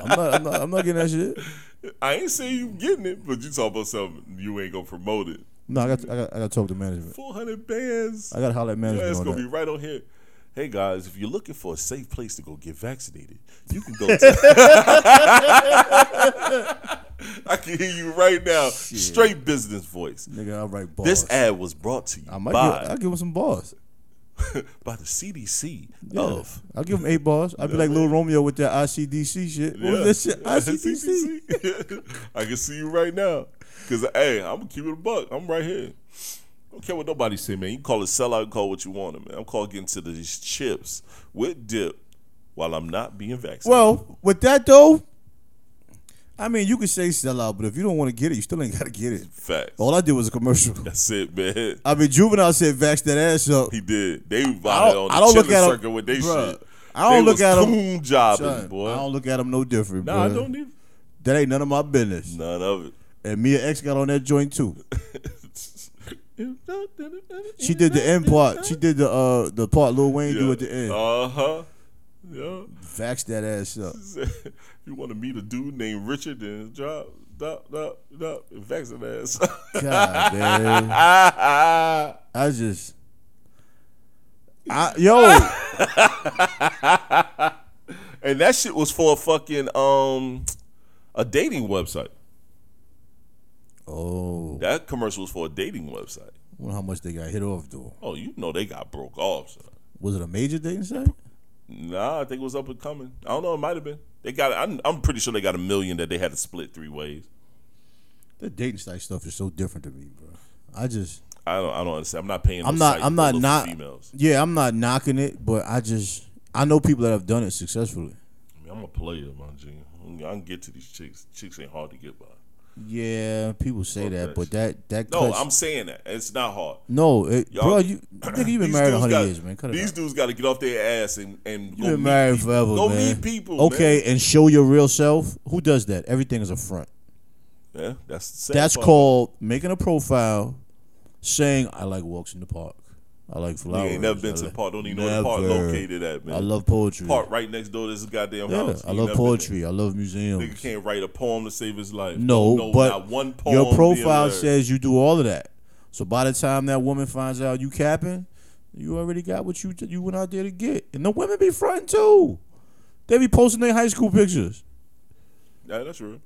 [SPEAKER 3] I'm not, I'm, not, I'm not getting that shit.
[SPEAKER 2] I ain't saying you getting it, but you talk about something you ain't gonna promote it.
[SPEAKER 3] No, I got, I got, I got to talk to management.
[SPEAKER 2] 400 bands.
[SPEAKER 3] I got to holler at
[SPEAKER 2] Yeah,
[SPEAKER 3] management
[SPEAKER 2] it's
[SPEAKER 3] on
[SPEAKER 2] gonna be
[SPEAKER 3] that.
[SPEAKER 2] right on here. Hey guys, if you're looking for a safe place to go get vaccinated, you can go. to... I can hear you right now, straight business voice.
[SPEAKER 3] Nigga, I write bars.
[SPEAKER 2] This ad was brought to you
[SPEAKER 3] I might give,
[SPEAKER 2] by,
[SPEAKER 3] I'll give him some bars.
[SPEAKER 2] by the CDC
[SPEAKER 3] Yeah.
[SPEAKER 2] of
[SPEAKER 3] I'll give him eight bars. I'll be like Lil Romeo with that ICDC shit. What was that shit? ICDC.
[SPEAKER 2] CDC. I can see you right now. Cause hey, I'm gonna keep it a buck. I'm right here. Don't care what nobody say, man. You can call it sellout, you can call it what you want, man. I'm called getting to these chips with dip while I'm not being vaccinated.
[SPEAKER 3] Well, with that though, I mean, you could say sell out, but if you don't want to get it, you still ain't got to get it.
[SPEAKER 2] facts.
[SPEAKER 3] All I did was a commercial.
[SPEAKER 2] That's it, man.
[SPEAKER 3] I mean, Juvenile said, vax that ass up.
[SPEAKER 2] He did. They was
[SPEAKER 3] I
[SPEAKER 2] out on
[SPEAKER 3] don't- I
[SPEAKER 2] the
[SPEAKER 3] don't look
[SPEAKER 2] chilling
[SPEAKER 3] at 'em,
[SPEAKER 2] circuit with they
[SPEAKER 3] bruh.
[SPEAKER 2] shit.
[SPEAKER 3] I don't
[SPEAKER 2] They
[SPEAKER 3] look
[SPEAKER 2] was
[SPEAKER 3] at 'em.
[SPEAKER 2] coon jobbing,
[SPEAKER 3] Son,
[SPEAKER 2] boy.
[SPEAKER 3] I don't look at him no different,
[SPEAKER 2] nah, I
[SPEAKER 3] bruh.
[SPEAKER 2] don't even.
[SPEAKER 3] That ain't none of my business.
[SPEAKER 2] None of it.
[SPEAKER 3] And Mia X got on that joint too. She did the end part. She did the uh the part Lil Wayne do at the end.
[SPEAKER 2] Uh huh. Yeah.
[SPEAKER 3] Vax that ass up.
[SPEAKER 2] you want to meet a dude named Richard and drop, drop, drop, drop, and vaccinate ass.
[SPEAKER 3] God, man.
[SPEAKER 2] I
[SPEAKER 3] I just, I yo,
[SPEAKER 2] and that shit was for a fucking um a dating website.
[SPEAKER 3] oh,
[SPEAKER 2] That commercial was for a dating website.
[SPEAKER 3] wonder how much they got hit off though.
[SPEAKER 2] Oh, you know they got broke off. Son.
[SPEAKER 3] Was it a major dating site?
[SPEAKER 2] Nah, I think it was up and coming. I don't know. It might have been. They got. I'm, I'm pretty sure they got a million that they had to split three ways.
[SPEAKER 3] The dating site stuff is so different to me, bro. I just,
[SPEAKER 2] I don't. I don't understand. I'm not paying.
[SPEAKER 3] I'm
[SPEAKER 2] no
[SPEAKER 3] not,
[SPEAKER 2] site
[SPEAKER 3] I'm
[SPEAKER 2] to
[SPEAKER 3] not,
[SPEAKER 2] look for
[SPEAKER 3] not,
[SPEAKER 2] females.
[SPEAKER 3] yeah, I'm not knocking it, but I just, I know people that have done it successfully.
[SPEAKER 2] I mean, I'm a player, my G. I can get to these chicks. Chicks ain't hard to get by.
[SPEAKER 3] Yeah, people say that, but that that
[SPEAKER 2] No,
[SPEAKER 3] cuts-
[SPEAKER 2] I'm saying that it's not hard.
[SPEAKER 3] no, it,
[SPEAKER 2] Y'all-
[SPEAKER 3] bro, you nigga, you been
[SPEAKER 2] These
[SPEAKER 3] married
[SPEAKER 2] dudes
[SPEAKER 3] hundred
[SPEAKER 2] got-
[SPEAKER 3] years, man. Cut it
[SPEAKER 2] These
[SPEAKER 3] out.
[SPEAKER 2] dudes got to get off their ass and and
[SPEAKER 3] You've been married
[SPEAKER 2] people.
[SPEAKER 3] forever,
[SPEAKER 2] Go
[SPEAKER 3] man.
[SPEAKER 2] meet people.
[SPEAKER 3] Okay,
[SPEAKER 2] man.
[SPEAKER 3] and show your real self. Who does that? Everything is a front.
[SPEAKER 2] yeah, that's the sad
[SPEAKER 3] That's
[SPEAKER 2] part.
[SPEAKER 3] called making a profile, saying I like walks in the park. I like
[SPEAKER 2] You
[SPEAKER 3] flowers.
[SPEAKER 2] ain't never been
[SPEAKER 3] I
[SPEAKER 2] to the
[SPEAKER 3] like-
[SPEAKER 2] park. Don't even know the park
[SPEAKER 3] Never.
[SPEAKER 2] located at, man.
[SPEAKER 3] I love poetry.
[SPEAKER 2] park right next door. to This goddamn
[SPEAKER 3] Yeah,
[SPEAKER 2] house.
[SPEAKER 3] I
[SPEAKER 2] You never
[SPEAKER 3] love
[SPEAKER 2] been there.
[SPEAKER 3] poetry. I love
[SPEAKER 2] Nigga
[SPEAKER 3] museums.
[SPEAKER 2] can't write a poem to save his life. Don't
[SPEAKER 3] No,
[SPEAKER 2] know
[SPEAKER 3] but
[SPEAKER 2] not one poem
[SPEAKER 3] your profile
[SPEAKER 2] being read.
[SPEAKER 3] says you do all of that. So by the time that woman finds out you capping, you already got what you you went out there to get. And the women be fronting too. They be posting their high school pictures.
[SPEAKER 2] Yeah, that's true.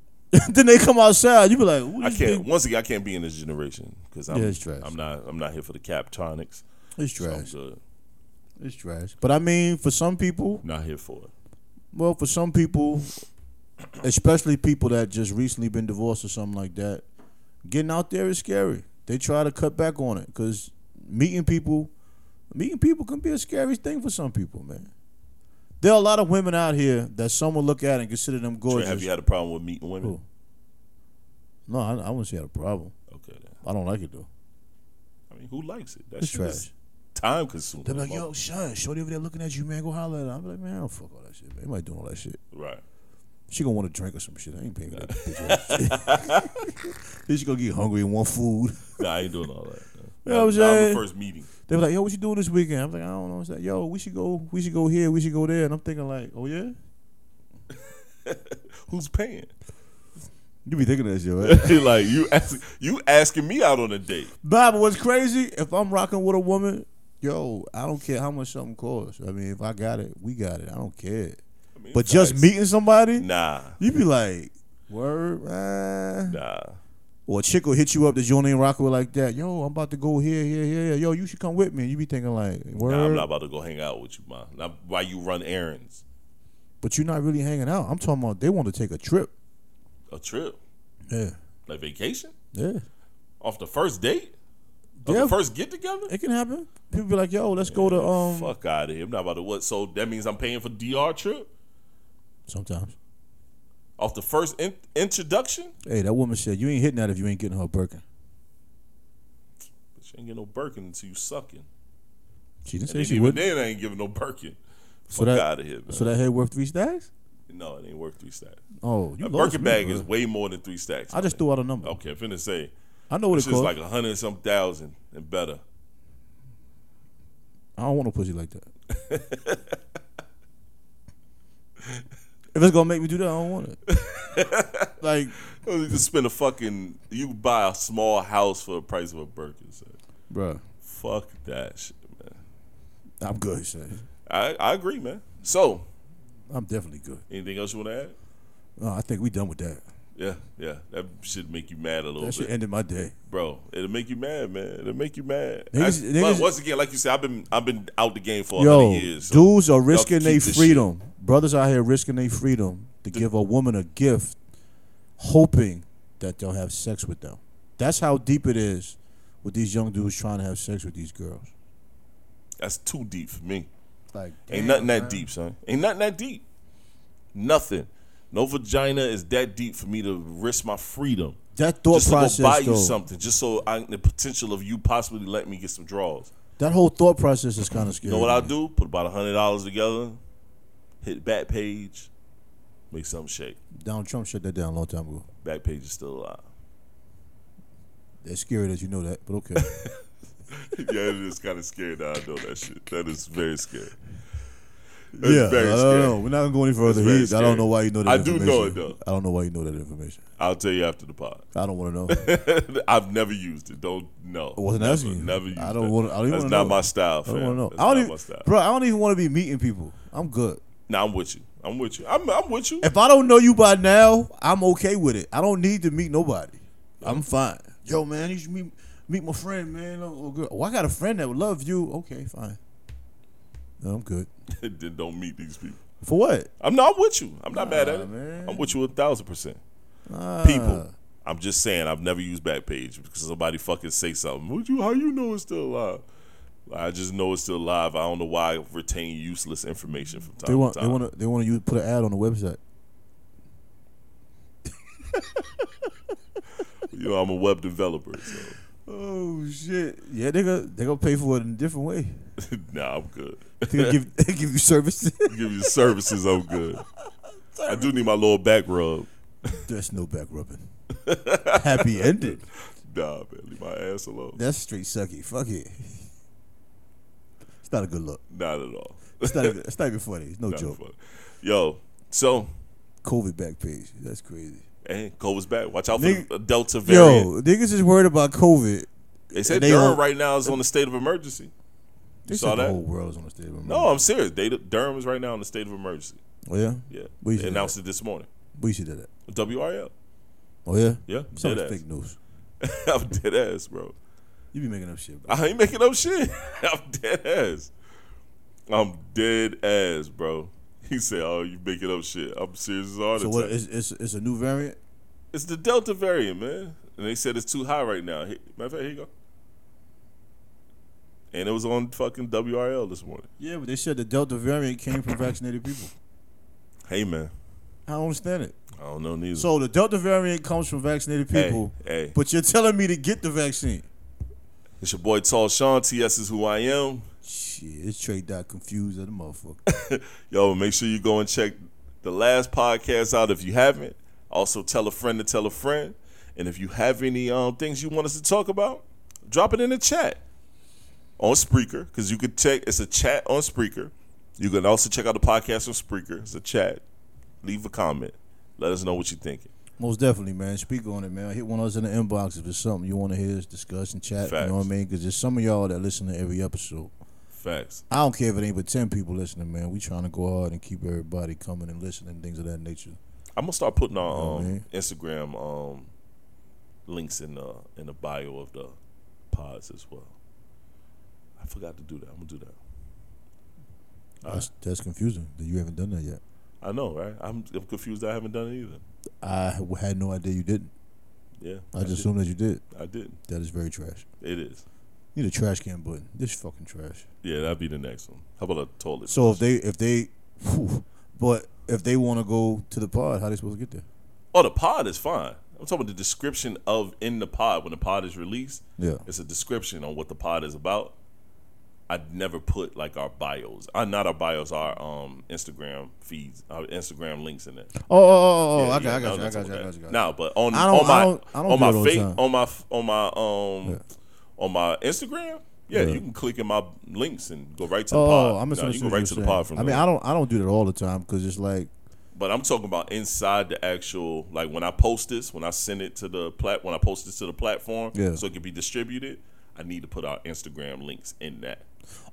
[SPEAKER 3] then they come outside. You be like, Who
[SPEAKER 2] I
[SPEAKER 3] this
[SPEAKER 2] can't.
[SPEAKER 3] big-
[SPEAKER 2] Once again, I can't be in this generation because I'm,
[SPEAKER 3] Yeah, it's trash.
[SPEAKER 2] I'm not. I'm not here for the captonics.
[SPEAKER 3] It's
[SPEAKER 2] So I'm
[SPEAKER 3] trash.
[SPEAKER 2] good.
[SPEAKER 3] It's trash. But I mean, for some people,
[SPEAKER 2] Not here for it.
[SPEAKER 3] well, for some people, especially people that just recently been divorced or something like that, getting out there is scary. They try to cut back on it because meeting people, meeting people can be a scary thing for some people, man. There are a lot of women out here that some will look at and consider them
[SPEAKER 2] Trey,
[SPEAKER 3] gorgeous.
[SPEAKER 2] have you had a problem with meeting women?
[SPEAKER 3] Who? no, I, I wouldn't say I had a problem.
[SPEAKER 2] Okay. Then.
[SPEAKER 3] I don't like it though.
[SPEAKER 2] I mean, who likes it? That's
[SPEAKER 3] It's
[SPEAKER 2] trash.
[SPEAKER 3] trash.
[SPEAKER 2] time consuming.
[SPEAKER 3] They're like, yo, son, shorty over there looking at you, man. Go holler at her. I'm like, man, I don't fuck all that shit, man. Everybody doing all that shit.
[SPEAKER 2] Right.
[SPEAKER 3] She gonna want to drink or some shit. I ain't paying for that bitch ass shit. then she gonna get hungry and want food.
[SPEAKER 2] Nah, I ain't doing all that.
[SPEAKER 3] know what I'm
[SPEAKER 2] Nah, nah, the
[SPEAKER 3] saying?
[SPEAKER 2] first meeting.
[SPEAKER 3] They were like, "Yo, what you doing this weekend?" I'm like, "I don't know." It's like, "Yo, we should go. We should go here. We should go there." And I'm thinking like, "Oh yeah."
[SPEAKER 2] Who's paying?
[SPEAKER 3] You be thinking that shit, right?
[SPEAKER 2] like you ask, you asking me out on a date.
[SPEAKER 3] Bob, what's crazy? If I'm rocking with a woman yo, I don't care how much something costs. I mean, if I got it, we got it. I don't care.
[SPEAKER 2] mean,
[SPEAKER 3] but just
[SPEAKER 2] facts.
[SPEAKER 3] meeting somebody,
[SPEAKER 2] Nah,
[SPEAKER 3] you be like, word, man.
[SPEAKER 2] nah.
[SPEAKER 3] Or a chick will hit you up that you don't even rock with like that. Yo, I'm about to go here, here, here. Yo, you should come with me. You be thinking like, word.
[SPEAKER 2] Nah, I'm not about to go hang out with you, man. Not why you run errands.
[SPEAKER 3] but you're not really hanging out. I'm talking about they want to take a trip.
[SPEAKER 2] A trip,
[SPEAKER 3] Yeah,
[SPEAKER 2] like vacation,
[SPEAKER 3] yeah.
[SPEAKER 2] off the first date, of
[SPEAKER 3] Yeah.
[SPEAKER 2] the first get together.
[SPEAKER 3] It can happen. People be like, yo, let's go to um.
[SPEAKER 2] Fuck out of here. I'm not about to what? So that means I'm paying for DR trip
[SPEAKER 3] Sometimes.
[SPEAKER 2] off the first in- introduction.
[SPEAKER 3] Hey, that woman said you ain't hitting that if you ain't getting her a Birkin.
[SPEAKER 2] She ain't getting no Birkin until you sucking.
[SPEAKER 3] She didn't
[SPEAKER 2] And
[SPEAKER 3] say
[SPEAKER 2] then
[SPEAKER 3] she
[SPEAKER 2] even
[SPEAKER 3] would.
[SPEAKER 2] then, I ain't giving no Birkin.
[SPEAKER 3] So
[SPEAKER 2] Fuck
[SPEAKER 3] that-
[SPEAKER 2] out of here, man.
[SPEAKER 3] So that head worth three stacks?
[SPEAKER 2] no, it ain't worth three stacks.
[SPEAKER 3] Oh,
[SPEAKER 2] A
[SPEAKER 3] you lost
[SPEAKER 2] Birkin
[SPEAKER 3] me,
[SPEAKER 2] bag
[SPEAKER 3] bro.
[SPEAKER 2] is way more than three stacks.
[SPEAKER 3] I just
[SPEAKER 2] man.
[SPEAKER 3] threw out a number.
[SPEAKER 2] Okay, I'm finna say
[SPEAKER 3] I know what
[SPEAKER 2] it's
[SPEAKER 3] it
[SPEAKER 2] just
[SPEAKER 3] costs.
[SPEAKER 2] like a hundred and some thousand and better.
[SPEAKER 3] I don't want no pussy like that. if it's gonna make me do that, I don't want it. like,
[SPEAKER 2] You can spend a fucking. You can buy a small house for the price of a Birkin. son.
[SPEAKER 3] bruh,
[SPEAKER 2] Fuck that shit, man.
[SPEAKER 3] I'm good. son.
[SPEAKER 2] I I agree, man. So,
[SPEAKER 3] I'm definitely good.
[SPEAKER 2] anything else you want to add?
[SPEAKER 3] No, I think we done with that.
[SPEAKER 2] Yeah, yeah. That should make you mad a little
[SPEAKER 3] That
[SPEAKER 2] bit,
[SPEAKER 3] shit ended my day.
[SPEAKER 2] bro. It'll make you mad, man. It'll make you mad.
[SPEAKER 3] Niggas-
[SPEAKER 2] I- but
[SPEAKER 3] niggas-
[SPEAKER 2] once again, like you said, I've been I've been out the game for a
[SPEAKER 3] Yo,
[SPEAKER 2] hundred years. so
[SPEAKER 3] dudes are
[SPEAKER 2] y'all can
[SPEAKER 3] risking
[SPEAKER 2] keep
[SPEAKER 3] their
[SPEAKER 2] this shit.
[SPEAKER 3] freedom. Brothers out here risking their freedom to give a woman a gift, hoping that they'll have sex with them. That's how deep it is with these young dudes trying to have sex with these girls.
[SPEAKER 2] That's too deep for me.
[SPEAKER 3] Like,
[SPEAKER 2] Ain't nothing that deep, son. Ain't nothing that deep. Nothing. No vagina is that deep for me to risk my freedom.
[SPEAKER 3] that thought
[SPEAKER 2] just to
[SPEAKER 3] process,
[SPEAKER 2] go buy
[SPEAKER 3] though,
[SPEAKER 2] you something, just so I, the potential of you possibly let me get some draws.
[SPEAKER 3] that whole thought process is kind of scary.
[SPEAKER 2] You know what I'll
[SPEAKER 3] man.
[SPEAKER 2] do? Put about a hundred dollars together, hit back page, make something shake.
[SPEAKER 3] Donald Trump shut that down a long time ago.
[SPEAKER 2] Back page is still alive.
[SPEAKER 3] It's scary that you know that, but okay.
[SPEAKER 2] yeah, it is kind of scary now. I know that shit. That is very scary. That's
[SPEAKER 3] yeah,
[SPEAKER 2] very
[SPEAKER 3] I
[SPEAKER 2] scary.
[SPEAKER 3] don't know. We're not gonna go any further.
[SPEAKER 2] very
[SPEAKER 3] He, I
[SPEAKER 2] scary.
[SPEAKER 3] don't know why you know that.
[SPEAKER 2] I do know
[SPEAKER 3] information.
[SPEAKER 2] it, though.
[SPEAKER 3] I don't know why you know that information.
[SPEAKER 2] I'll tell you after the pod.
[SPEAKER 3] I don't want to know.
[SPEAKER 2] I've never used it. Don't no. I
[SPEAKER 3] wasn't
[SPEAKER 2] never,
[SPEAKER 3] asking you.
[SPEAKER 2] Never used
[SPEAKER 3] I don't
[SPEAKER 2] that.
[SPEAKER 3] wanna- I don't even
[SPEAKER 2] That's
[SPEAKER 3] wanna
[SPEAKER 2] not
[SPEAKER 3] know.
[SPEAKER 2] my style.
[SPEAKER 3] I
[SPEAKER 2] Fam.
[SPEAKER 3] don't want to know.
[SPEAKER 2] That's
[SPEAKER 3] I
[SPEAKER 2] not
[SPEAKER 3] don't
[SPEAKER 2] my
[SPEAKER 3] even,
[SPEAKER 2] style.
[SPEAKER 3] bro. I don't even want to be meeting people. I'm good.
[SPEAKER 2] Nah, I'm with you. I'm with you. I'm, I'm with you.
[SPEAKER 3] If I don't know you by now, I'm okay with it. I don't need to meet nobody. I'm fine. Yo, man, you should meet meet my friend, man. Oh, oh, good. Oh, I got a friend that would love you. Okay, fine. No, I'm good.
[SPEAKER 2] then don't meet these people.
[SPEAKER 3] For what?
[SPEAKER 2] I'm not I'm with you. I'm not mad at it.
[SPEAKER 3] man.
[SPEAKER 2] I'm with you a thousand percent. People, I'm just saying I've never used Backpage because somebody fucking say something. Would you? How you know it's still alive? I just know it's still alive. I don't know why I retain useless information from time
[SPEAKER 3] They want
[SPEAKER 2] to
[SPEAKER 3] they
[SPEAKER 2] time.
[SPEAKER 3] want to they want to put an ad on the website.
[SPEAKER 2] you know, I'm a web developer,
[SPEAKER 3] Oh shit! Yeah, they gonna they gonna pay for it in a different way.
[SPEAKER 2] so nah, I'm good.
[SPEAKER 3] They gonna give they give you services.
[SPEAKER 2] Give you services, I'm good. I do need my little back rub.
[SPEAKER 3] There's no back rubbing. Happy ended.
[SPEAKER 2] Nah, man, leave my ass alone.
[SPEAKER 3] That's straight sucky. Fuck it. It's not a good look.
[SPEAKER 2] Not at all.
[SPEAKER 3] It's not. Even, it's not even funny. It's no
[SPEAKER 2] Not
[SPEAKER 3] joke.
[SPEAKER 2] fun. Yo, so
[SPEAKER 3] COVID back page. That's crazy.
[SPEAKER 2] hey, COVID's back. Watch out for
[SPEAKER 3] Nigga-
[SPEAKER 2] the Delta variant.
[SPEAKER 3] Yo, niggas is worried about COVID.
[SPEAKER 2] They said
[SPEAKER 3] They
[SPEAKER 2] Durham
[SPEAKER 3] all-
[SPEAKER 2] right now is on the state of emergency.
[SPEAKER 3] They
[SPEAKER 2] saw
[SPEAKER 3] said
[SPEAKER 2] that?
[SPEAKER 3] The whole world is on the state of emergency.
[SPEAKER 2] No, I'm serious. They, Durham is right now in the state of emergency.
[SPEAKER 3] Oh yeah.
[SPEAKER 2] Yeah,
[SPEAKER 3] We
[SPEAKER 2] they
[SPEAKER 3] said
[SPEAKER 2] announced it this morning.
[SPEAKER 3] We should do that.
[SPEAKER 2] WRL.
[SPEAKER 3] Oh yeah.
[SPEAKER 2] Yeah,
[SPEAKER 3] Some
[SPEAKER 2] dead
[SPEAKER 3] fake news.
[SPEAKER 2] ass. I'm dead ass, bro.
[SPEAKER 3] You be making up shit. Bro.
[SPEAKER 2] I ain't making no shit. I'm dead ass. I'm dead ass, bro. He said, "Oh, you making up shit." I'm serious as all the
[SPEAKER 3] So what?
[SPEAKER 2] time.
[SPEAKER 3] It's, it's it's a new variant.
[SPEAKER 2] It's the Delta variant, man. And they said it's too high right now. Here- Matter of fact, here you go. And it was on fucking WRL this morning.
[SPEAKER 3] Yeah, but they said the Delta variant came from vaccinated people.
[SPEAKER 2] Hey, man.
[SPEAKER 3] I don't understand it.
[SPEAKER 2] I don't know neither.
[SPEAKER 3] So the Delta variant comes from vaccinated
[SPEAKER 2] Hey,
[SPEAKER 3] people,
[SPEAKER 2] hey.
[SPEAKER 3] but you're telling me to get the vaccine.
[SPEAKER 2] It's your boy Tall Sean. TS is who I am.
[SPEAKER 3] Shit, it's trade dot confused as a motherfucker.
[SPEAKER 2] Yo, make sure you go and check the last podcast out if you haven't. Also, tell a friend to tell a friend. And if you have any um, things you want us to talk about, drop it in the chat on Spreaker because you could check. It's a chat on Spreaker. You can also check out the podcast on Spreaker. It's a chat. Leave a comment. Let us know what you're thinking.
[SPEAKER 3] Most definitely, man. Speak on it, man. Hit one of us in the inbox if it's something you want to hear us discuss and chat. You know what I
[SPEAKER 2] Facts.
[SPEAKER 3] mean? Because there's some of y'all that listen to every episode.
[SPEAKER 2] Facts.
[SPEAKER 3] I don't care if it ain't but ten people listening, man. We trying to go hard and keep everybody coming and listening, things of that nature.
[SPEAKER 2] I'm gonna start putting our um,
[SPEAKER 3] Mhm.
[SPEAKER 2] Instagram um, links in the in the bio of the pods as well. I forgot to do that. I'm gonna do that.
[SPEAKER 3] That's, that's confusing that you haven't done that yet.
[SPEAKER 2] I know, right? I'm, I'm confused. I haven't done it either.
[SPEAKER 3] I w- had no idea you didn't.
[SPEAKER 2] Yeah,
[SPEAKER 3] I just assumed that you did.
[SPEAKER 2] I didn't.
[SPEAKER 3] That is very trash.
[SPEAKER 2] It is.
[SPEAKER 3] Need a trash can button. This is fucking trash.
[SPEAKER 2] Yeah, that'd be the next one. How about a toilet?
[SPEAKER 3] So if they if they, whew, but if they want to go to the pod, how they supposed to get there?
[SPEAKER 2] Oh, the pod is fine. I'm talking about the description of in the pod when the pod is released.
[SPEAKER 3] Yeah.
[SPEAKER 2] it's a description on what the pod is about. I'd never put like our bios, uh, not our bios, our um Instagram feeds, our Instagram links in it.
[SPEAKER 3] Oh, oh, oh, oh, I,
[SPEAKER 2] no,
[SPEAKER 3] got, I got you, I
[SPEAKER 2] that's
[SPEAKER 3] got you, I
[SPEAKER 2] okay.
[SPEAKER 3] got you, I got you.
[SPEAKER 2] Nah, but on
[SPEAKER 3] I don't-
[SPEAKER 2] on my
[SPEAKER 3] I don't- I don't
[SPEAKER 2] on
[SPEAKER 3] do
[SPEAKER 2] my
[SPEAKER 3] it all the
[SPEAKER 2] fa-
[SPEAKER 3] time.
[SPEAKER 2] on my f- on my um
[SPEAKER 3] Yeah.
[SPEAKER 2] on my Instagram. Yeah, you can click in my links and go right to the
[SPEAKER 3] Oh,
[SPEAKER 2] pod.
[SPEAKER 3] I'm
[SPEAKER 2] Nah,
[SPEAKER 3] assuming
[SPEAKER 2] you can go right to the pod from.
[SPEAKER 3] I mean,
[SPEAKER 2] there.
[SPEAKER 3] I don't, I don't do that all the time because it's like,
[SPEAKER 2] But I'm talking about inside the actual, like when I post this, when I send it to the plat, when I post this to the platform,
[SPEAKER 3] Yeah.
[SPEAKER 2] so it can be distributed. I need to put our Instagram links in that.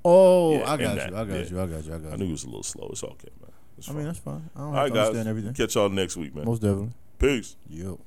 [SPEAKER 3] oh,
[SPEAKER 2] Yeah,
[SPEAKER 3] I
[SPEAKER 2] and
[SPEAKER 3] got
[SPEAKER 2] that,
[SPEAKER 3] you, I got
[SPEAKER 2] yeah.
[SPEAKER 3] you, I got you, I got you.
[SPEAKER 2] I knew it was a little slow. It's okay, man. It's
[SPEAKER 3] I
[SPEAKER 2] fine.
[SPEAKER 3] mean, that's fine. I don't
[SPEAKER 2] All
[SPEAKER 3] have
[SPEAKER 2] right,
[SPEAKER 3] to understand
[SPEAKER 2] guys.
[SPEAKER 3] everything.
[SPEAKER 2] Catch y'all next week, man.
[SPEAKER 3] Most definitely.
[SPEAKER 2] Peace.
[SPEAKER 3] Yep.